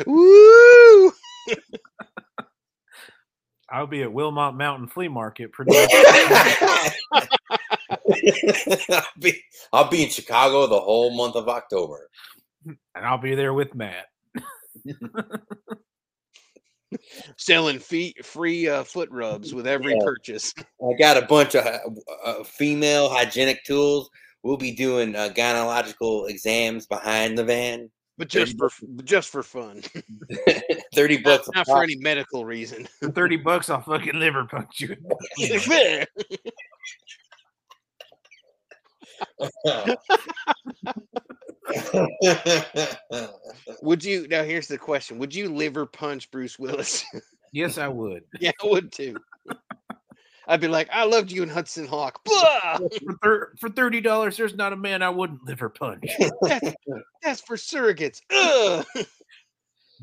B: Woo!
C: I'll be at Wilmot Mountain Flea Market pretty
D: I'll, be, I'll be in Chicago the whole month of October.
C: and I'll be there with Matt.
B: Selling fee- free uh, foot rubs with every
D: Yeah.
B: purchase.
D: I got a bunch of uh, uh, female hygienic tools. We'll be doing uh, gynecological exams behind the van.
B: But just for f- just for fun,
D: 30
B: not,
D: bucks. a
B: not
D: pop.
B: for any medical reason.
C: For 30 bucks, I'll fucking liver punch you.
B: Like, "Bleh." would you? Now here's the question: Would you liver punch Bruce Willis?
C: yes, I would.
B: yeah, I would too. I'd be like, I loved you in Hudson Hawk. Blah!
C: For, thir- for $30, there's not a man I wouldn't liver punch.
B: That's for surrogates. Ugh!
C: do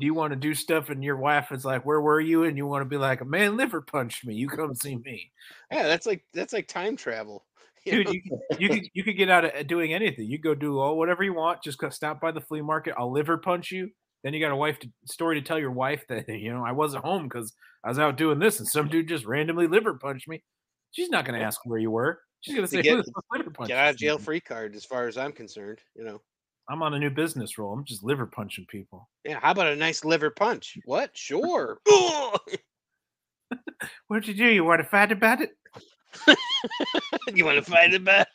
C: you want to do stuff? And your wife is like, where were you? And you want to be like, man, liver punched me. You come see me,
B: Yeah, that's like that's like time travel. you know?
C: dude. You, could- you could you could get out of uh, doing anything. You go do all whatever you want. Just go stop by the flea market. I'll liver punch you. Then you got a wife to, story to tell your wife that you know I wasn't home because I was out doing this, and some dude just randomly liver punched me. She's not gonna ask where you were. She's gonna say,
B: get-
C: "Who the fuck liver punched?"
B: Get out of
C: you?"
B: jail free card, as far as I'm concerned. You know.
C: I'm on a new business roll. I'm just liver punching people.
B: Yeah, how about a nice liver punch? What? Sure.
C: What'd you do? You want to fight about it?
B: you want to fight about?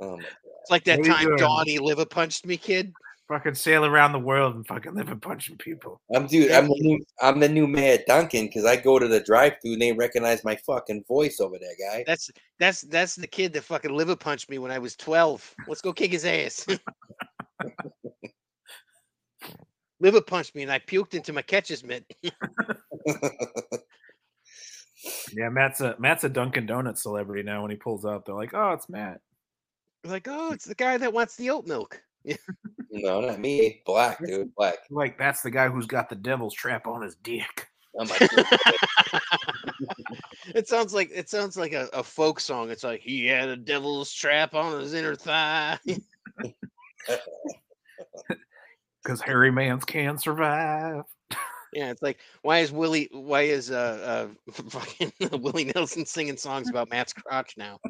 D: Um,
B: It's like that
C: What are you
B: time
C: doing?
B: Donnie liver punched me, kid.
C: Fucking sail around the world and fucking liver punching people.
D: I'm dude.
B: Yeah.
D: I'm the new. I'm the new mayor at Duncan because I go to the drive-through and they recognize my fucking voice over there, guy.
B: That's that's that's the kid that fucking liver punched me when I was twelve. Let's go kick his ass. liver punched me and I puked into my catcher's mitt.
C: Yeah, Matt's a Matt's a Dunkin' Donuts celebrity now. When he pulls up, they're like, "Oh, it's Matt."
B: like, oh, it's the guy that wants the oat milk.
D: no, not me. Black dude. Black.
C: Like that's the guy who's got the devil's trap on his dick.
D: I'm like, dude,
B: It sounds like it sounds like a, a folk song. It's like he had a devil's trap on his inner thigh.
C: Because Harry Mans can survive.
B: Yeah, it's like why is Willie why is uh uh fucking Willie Nelson singing songs about Matt's crotch now?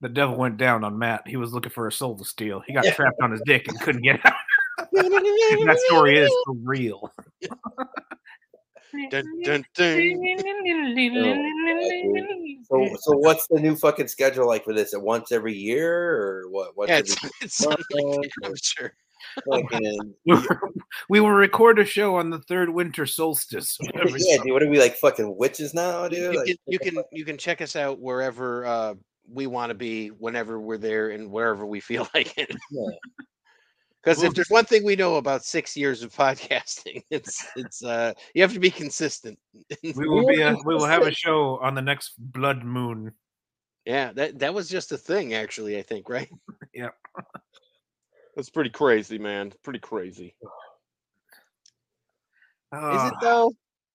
C: The devil went down on Matt. He was looking for a soul to steal. He got trapped on his dick and couldn't get out. And that story is for real.
B: Dun, dun, dun.
D: so, so what's the new fucking schedule like for this? At once every year or what? What's
B: Yeah,
D: every
B: it's, it's something like that, I'm sure.
D: fucking-
C: We were- we will record a show on the third winter solstice. of every
D: yeah, dude. What are we like? Fucking witches now, dude.
B: You
D: Like,
B: can, you can you can check us out wherever uh we want to be whenever we're there and wherever we feel like it.
D: Yeah.
B: Because
C: Well-
B: if there's one thing we know about six years of podcasting, it's it's uh you have to be consistent.
C: We will be. A, we will have a show on the next blood moon.
B: Yeah, that that was just a thing, actually. I think, right?
C: Yep.
B: That's pretty crazy, man. Pretty crazy. Is
C: Ugh,
B: it though?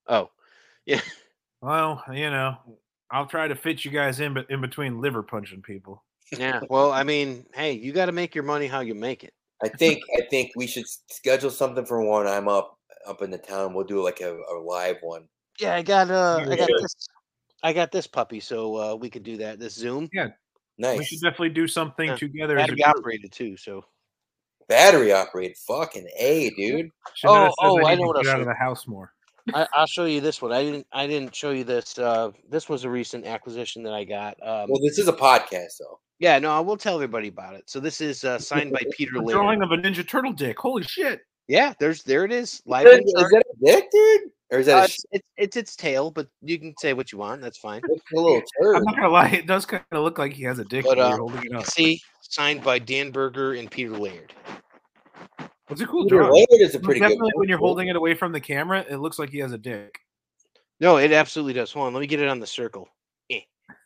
B: Oh,
C: well, you know, I'll try to fit you guys in, but in between liver punching people.
B: yeah. Well, I mean, hey, you got to make your money how you make it.
D: I think I think we should schedule something for when I'm up up in the town. We'll do like a, a live one.
B: Yeah, I got uh,
C: You
B: I got
C: should.
B: this, I got this puppy, so uh, we could do that. This Zoom
C: We
D: Nice
C: should definitely do something
B: Yeah,
C: together. as a
B: battery
C: group.
B: operated too. So
D: battery operated. Fucking a, dude.
C: Shimetta
B: Oh,
C: says
B: oh, I
C: need
B: know what
C: to
B: I
C: get out of
B: should-
C: the house more.
B: I, I'll show you this one. I didn't I didn't show you this. Uh, this was a recent acquisition that I got. Um,
D: Well, this is a podcast though.
B: yeah, no, I will tell everybody about it. So this is uh, signed by Peter
C: A
B: Laird.
C: drawing of a Ninja Turtle dick. Holy shit!
B: Yeah, there's there it is. Live
D: Is
B: in
D: that, is
B: charge.
D: that a dick, dude? Or is that
B: Uh,
D: a,
B: it's,
D: sh-
B: it's it's its tail, but you can say what you want. That's fine.
D: it's a little turd?
C: I'm not gonna lie, it does kind of look like he has a dick.
B: But,
C: when you're
B: uh,
C: holding it up.
B: See, signed by Dan Berger and Peter Laird.
C: It's a cool
D: Peter
C: drawing.
D: Laird is a pretty good.
C: Definitely, when you're
D: one.
C: holding it away from the camera, it looks like he has a dick.
B: No, it absolutely does. Hold on, let me get it on the circle. Eh,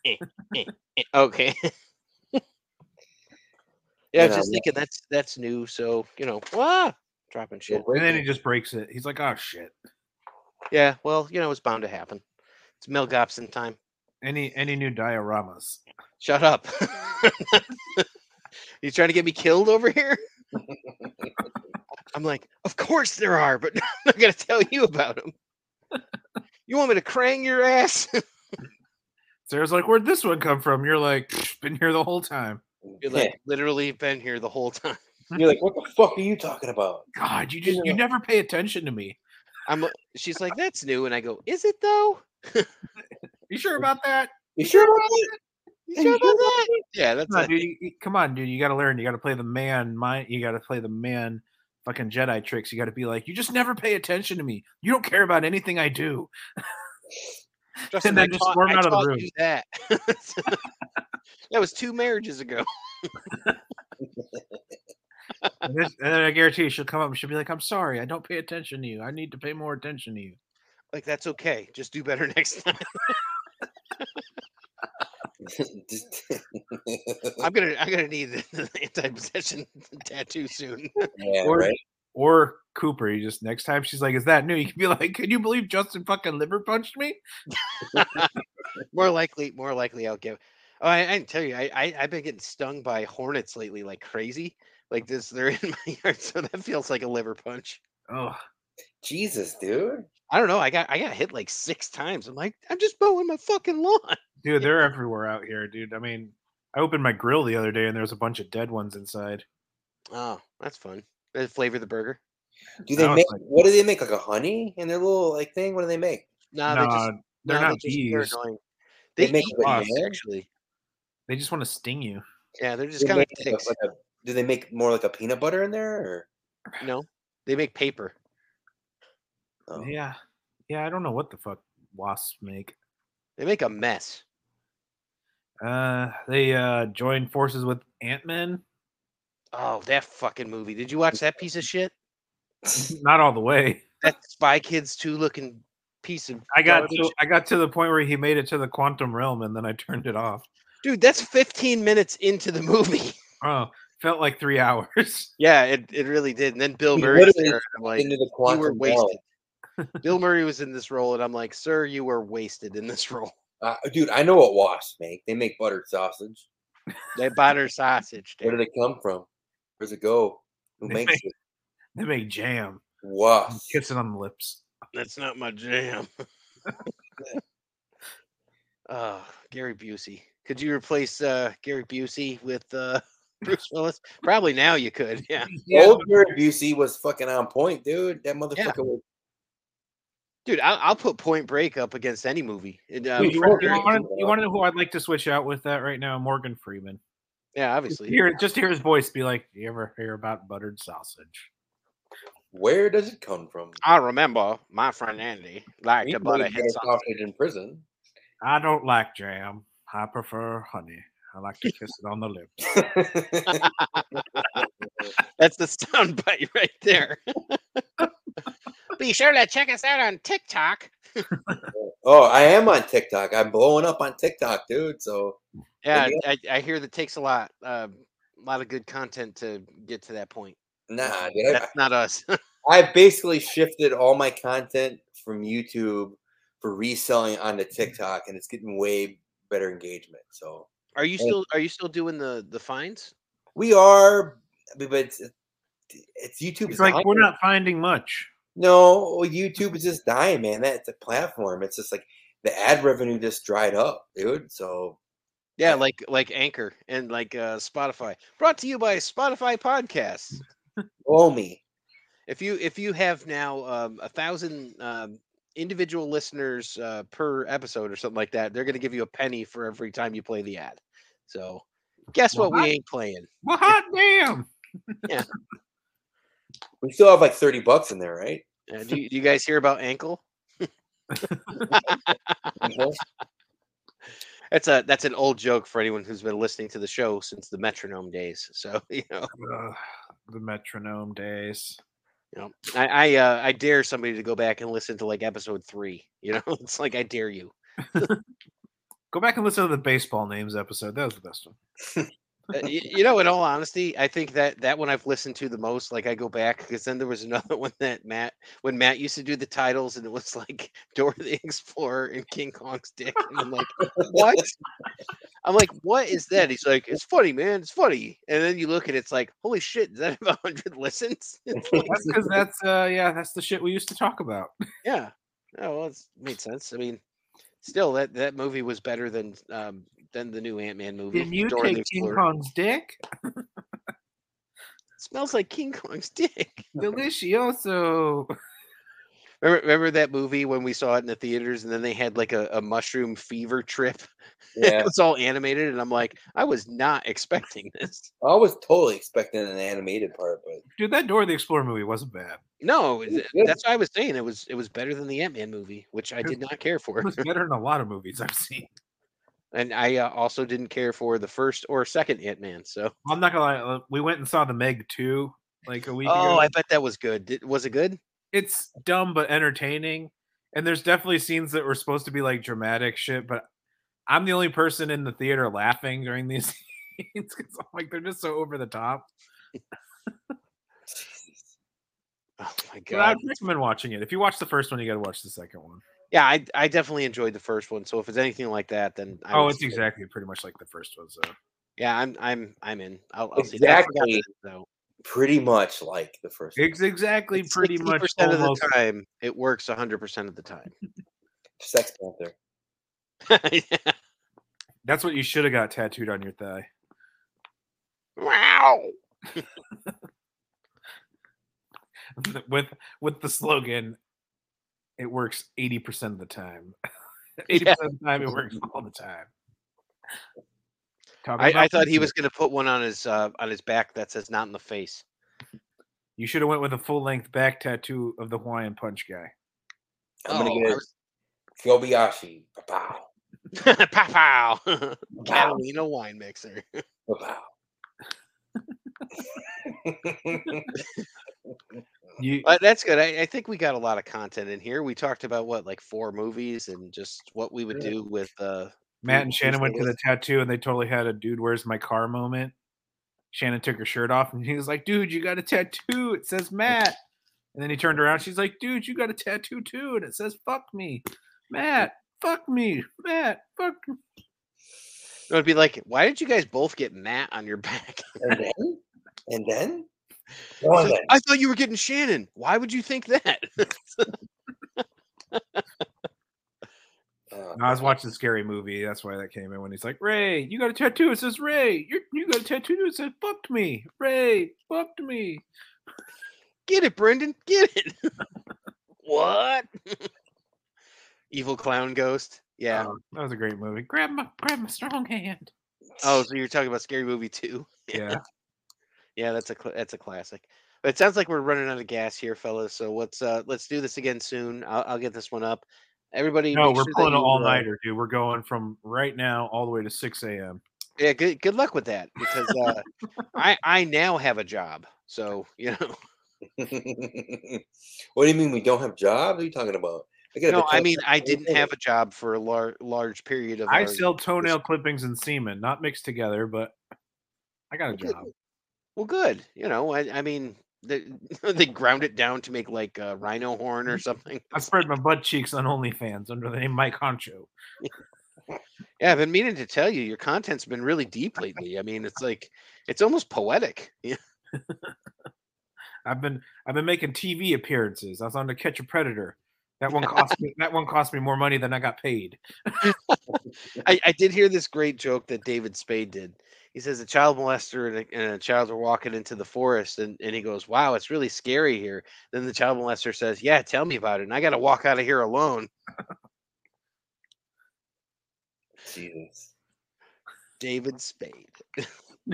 B: eh, eh, eh. Okay. yeah, I
D: Yeah,
B: was just
D: yeah.
B: thinking that's that's new. So you know, ah, dropping
D: We'll
B: shit.
D: break
C: And then
D: it.
C: he just breaks it. He's like, "Oh shit!"
B: Yeah, well, you know, it's bound to happen. It's Mel Gobson time.
C: Any any new dioramas?
B: Shut up. you trying to get me killed over here? I'm like, of course there are, but I'm not gonna tell you about them. You want me to crang your ass?
C: Sarah's like, "Where'd this one come from?" You're like, "Been here the whole time."
B: You're like literally been here the whole time.
D: Yeah. You're like, what the fuck are you talking about?
C: God, you just
D: Yeah.
C: you never pay attention to me.
B: I'm li- she's like, that's new. And I go, is it though?
C: You sure about that?
D: You sure about that?
B: You sure about that? Yeah, that's
C: Come on,
B: it.
C: dude, you- you- come on, dude. You got to learn. You got to play the man. Mind. You got to play the man. Fucking Jedi tricks. You got to be like, you just never pay attention to me. You don't care about anything I do.
B: Justin,
C: then
B: I
C: just
B: taught-
C: storm
B: I
C: out of the
B: taught
C: room.
B: you That. that was two marriages ago.
C: And, this- and then I guarantee you, she'll come up and she'll be like, I'm sorry, I don't pay attention to you. I need to pay more attention to you.
B: Like that's okay. Just do better next time.
D: Just-
B: I'm gonna I'm gonna need the anti possession tattoo soon.
D: yeah,
C: Or-
D: right.
C: Or Cooper, you just next time she's like, "Is that new?" You can be like, "Can you believe Justin fucking liver punched me?"
B: more likely, more likely I'll give. Oh, I, I can tell you, I, I I've been getting stung by hornets lately like crazy. Like this, they're in my yard, so that feels like a liver punch.
C: Oh,
D: Jesus, dude.
B: I don't know. I got I got hit like six times. I'm like, I'm just mowing my fucking lawn.
C: dude, they're everywhere out here, dude. I mean, I opened my grill the other day and there was a bunch of dead ones inside.
B: Oh, that's fun. Does it flavor the burger?
D: Do they
C: Now it's
D: make
C: like-
D: what do they make? Like a honey in their little like thing? What do they make?
B: No, they
C: Nah,
B: just
C: they're
B: no,
C: not
B: they just, they're
C: bees.
B: annoying.
D: They
B: They,
D: make
B: eat
D: like
B: bees,
D: hair?
B: actually.
C: They just want to sting you.
B: Yeah, they're
D: Do
B: just
D: they
B: kind of
D: make like a-
B: ticks.
D: like a- do they make more like a peanut butter in there? Or
B: No, they make paper.
D: oh.
C: Yeah, yeah. I don't know what the fuck wasps make.
B: They make a mess.
C: Uh, they uh join forces with Ant Man.
B: Oh, that fucking movie. Did you watch that piece of shit?
C: Not all the way.
B: That Spy Kids 2 looking piece of
C: I got
B: garbage.
C: to I got to the point where he made it to the quantum realm, and then I turned it off.
B: Dude, that's 15 minutes into the movie.
C: Oh, felt like three hours.
B: Yeah, it, it really did. And then Bill
D: Dude,
B: Murray's
D: literally,
B: there. and I'm like,
D: into the
B: you
D: quantum
B: were
D: realm.
B: wasted. Bill Murray was in this role, and I'm like, sir, you were wasted in this role.
D: Uh, dude, I know what wasps make. They make buttered sausage.
B: That butter sausage.
D: Where
B: dude.
D: did it come from? Where's it go? Who
C: They
D: makes
C: make-
D: it?
C: They make jam.
D: Wasps.
C: Kissing on the lips.
B: That's not my jam. uh, Gary Busey. Could you replace uh, Gary Busey with uh, Bruce Willis? Probably now you could. Yeah.
D: Old Gary Busey was fucking on point, dude. That motherfucker was
B: Dude, I'll, I'll put Point Break up against any movie. And, uh,
C: Dude, you, want, you,
B: Predator-
C: want, you want to know who I'd like to switch out with that right now? Morgan Freeman.
B: yeah,
C: Just
B: obviously.
C: hear, just hear his voice be like, "You ever hear about buttered sausage?"
D: where does it come from?
B: I remember my friend Andy liked
D: We
B: to
D: made
B: butter
D: buttered
B: his sausage.
D: sausage in prison.
C: I don't like jam. I prefer honey. I like to kiss it on the lips.
B: That's the sound bite right there. Be sure to check us out on TikTok.
D: oh, I am on TikTok. I'm blowing up on TikTok, dude. So
B: Yeah, I, I hear that takes a lot, uh, a lot of good content to get to that point.
D: nah, dude, I,
B: That's not us.
D: I basically shifted all my content from YouTube for reselling onto TikTok, and it's getting way better engagement. So
B: Are you
D: Hey.
B: still are you still doing the the fines?
D: we are, but it's, it's YouTube.
C: It's
D: is
C: like
D: on
C: we're
D: there.
C: not finding much.
D: No, well, YouTube is just dying, man. That's a platform. It's just like the ad revenue just dried up, dude. So
B: Yeah, like like Anchor and like uh, Spotify. Brought to you by Spotify Podcasts.
D: blow me.
B: If you if you have now um, a thousand um, individual listeners uh, per episode or something like that, they're going to give you a penny for every time you play the ad. So, guess
C: Well,
B: what?
C: that-
B: We ain't playing.
C: Well, hot damn!
D: We still have like thirty bucks in there, right?
B: Uh, do, you- do you guys hear about Ankle?
D: Mhm.
B: That's a that's an old joke for anyone who's been listening to the show since the Metronome days. So you know.
C: Ugh, the metronome days.
B: Yep. I I, uh, I dare somebody to go back and listen to like episode three. You know, it's like I dare you.
C: Go back and listen to the baseball names episode. That was the best one.
B: Uh, y- you know, in all honesty, I think that that one I've listened to the most. Like I go back because then there was another one that Matt when Matt used to do the titles and it was like Dora the Explorer and King Kong's dick. And I'm like, what? I'm like, what is that? He's like, it's funny, man. It's funny. And then you look and it's like, holy shit, does that have hundred listens? It's like,
C: That's because that's uh yeah, that's the shit we used to talk about.
B: Yeah. Oh well, it's made sense. I mean, still that that movie was better than um than the new Ant Man movie.
C: Did you
B: Dora the
C: take King
B: Explorer.
C: Kong's dick?
B: Smells like King Kong's dick.
C: Delicioso.
B: Remember, remember that movie when we saw it in the theaters, and then they had like a, a mushroom fever trip.
D: Yeah,
B: It was all animated, and I'm like, I was not expecting this.
D: I was totally expecting an animated part, but
C: Dude, that Dora the Explorer movie wasn't bad.
B: No,
D: was
B: th-
D: good.
B: that's what I was saying. It was it was better than the Ant Man movie, which I did not care for,
C: It was better than a lot of movies I've seen.
B: and I uh, also didn't care for the first or second Ant Man. So,
C: I'm not gonna lie, uh, we went and saw the Meg 2 like a week
B: oh,
C: ago.
B: I bet that was good. Did, was it good?
C: It's dumb but entertaining. And there's definitely scenes that were supposed to be like dramatic shit, but I'm the only person in the theater laughing during these scenes because I'm like they're just so over the top.
B: Oh my
C: But I'd
B: god.
C: recommend watching it. If you watch the first one, you got to watch the second one.
B: Yeah, I I definitely enjoyed the first one. So if it's anything like that, then I
C: oh,
B: would
C: it's
B: see it.
C: exactly pretty much like the first one. So
B: Yeah, I'm I'm I'm in. I'll, I'll see that. I forgot
D: Exactly.
B: that, though.
D: Pretty much like the first.
C: it's exactly
B: It's
C: pretty much
B: 60% of
C: almost.
B: the time it works 100 percent of the time.
D: Sex Panther.
B: Yeah.
C: That's what you should have got tattooed on your thigh.
B: Wow.
C: with with the slogan it works 80% of the time 80% of the time it works all the time Talking
B: I, I
C: about
B: thought he
C: pizza.
B: was going to put one on his uh, on his back that says "not in the face."
C: you should have went with a full-length back tattoo of the hawaiian punch guy
D: I'm gonna
B: Oh,
D: get
B: I
D: a Kobayashi. Pow,
B: was- pow pow.
D: pow,
B: Catalina wine mixer.
D: pow.
C: you
B: But that's good. I, I think we got a lot of content in here. We talked about what like four movies and just what we would
D: Yeah.
B: do with uh,
C: matt and
B: please
C: shannon went
B: stay
C: to
B: with
C: the tattoo and they totally had a dude where's my car moment shannon took her shirt off and he was like dude you got a tattoo it says matt and then he turned around she's like dude you got a tattoo too and it says fuck me matt fuck me matt fuck me
B: It would be like, why did you guys both get Matt on your back?
D: and then, and then,
B: It's
D: Go on
B: like,
D: then.
B: I thought you were getting Shannon. Why would you think that?
D: Uh,
C: No, I was watching Scary Movie. That's why that came in when he's like, "Ray, you got a tattoo. It says Ray. You you got a tattoo. It says fucked me. Ray, fucked me."
B: get it, Brendan. Get it. what? Evil clown ghost. Yeah.
C: Oh, that was a great movie. Grab my grab my strong hand.
B: Oh, so you're talking about Scary Movie two?
C: Yeah,
B: Yeah, that's a cl- that's a classic. But it sounds like we're running out of gas here, fellas. So let's uh let's do this again soon. I'll, I'll get this one up. Everybody,
C: no,
B: make sure
C: we're
B: that
C: pulling an
B: you, uh,
C: all nighter, dude. We're going from right now all the way to six a.m.
B: Yeah, good good luck with that because uh, I I now have a job. So you know,
D: what do you mean we don't have jobs? What are you talking about? I got a
B: no, I
D: job
B: mean I
D: every
B: didn't
D: day.
B: have a job for a large large period of.
C: I
B: our-
C: sell toenail clippings and semen, not mixed together, but I got a
B: Good.
C: job.
B: Well, good. You know, I I mean they, they ground it down to make like a rhino horn or something.
C: I spread my butt cheeks on OnlyFans under the name Mike Honcho.
B: Yeah, I've been meaning to tell you, your content's been really deep lately. I mean, it's like it's almost poetic. Yeah.
C: I've been I've been making TV appearances. I was on To Catch a Predator. That one cost me that one cost me more money than I got paid.
B: I, I did hear this great joke that David Spade did. He says a child molester and a, and a child are walking into the forest, and, and he goes, "Wow, it's really scary here." Then the child molester says, "Yeah, tell me about it." And I got to walk out of here alone.
D: Jesus.
B: David Spade.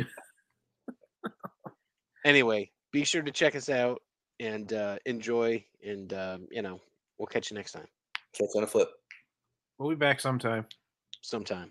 B: anyway, be sure to check us out and uh, enjoy, and um, you know, we'll catch you next time,
D: Catch on a flip.
C: We'll be back sometime.
B: sometime.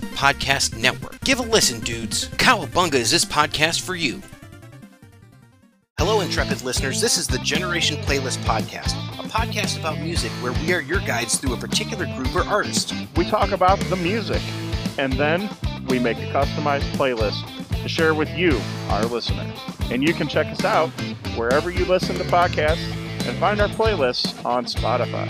E: Podcast Network. Give a listen, dudes. Cowabunga is this podcast for you. Hello, intrepid listeners. This is the Generation Playlist Podcast, a podcast about music where we are your guides through a particular group or artist.
F: We talk about the music, and then we make a customized playlist to share with you, our listeners. And you can check us out wherever you listen to podcasts and find our playlists on Spotify.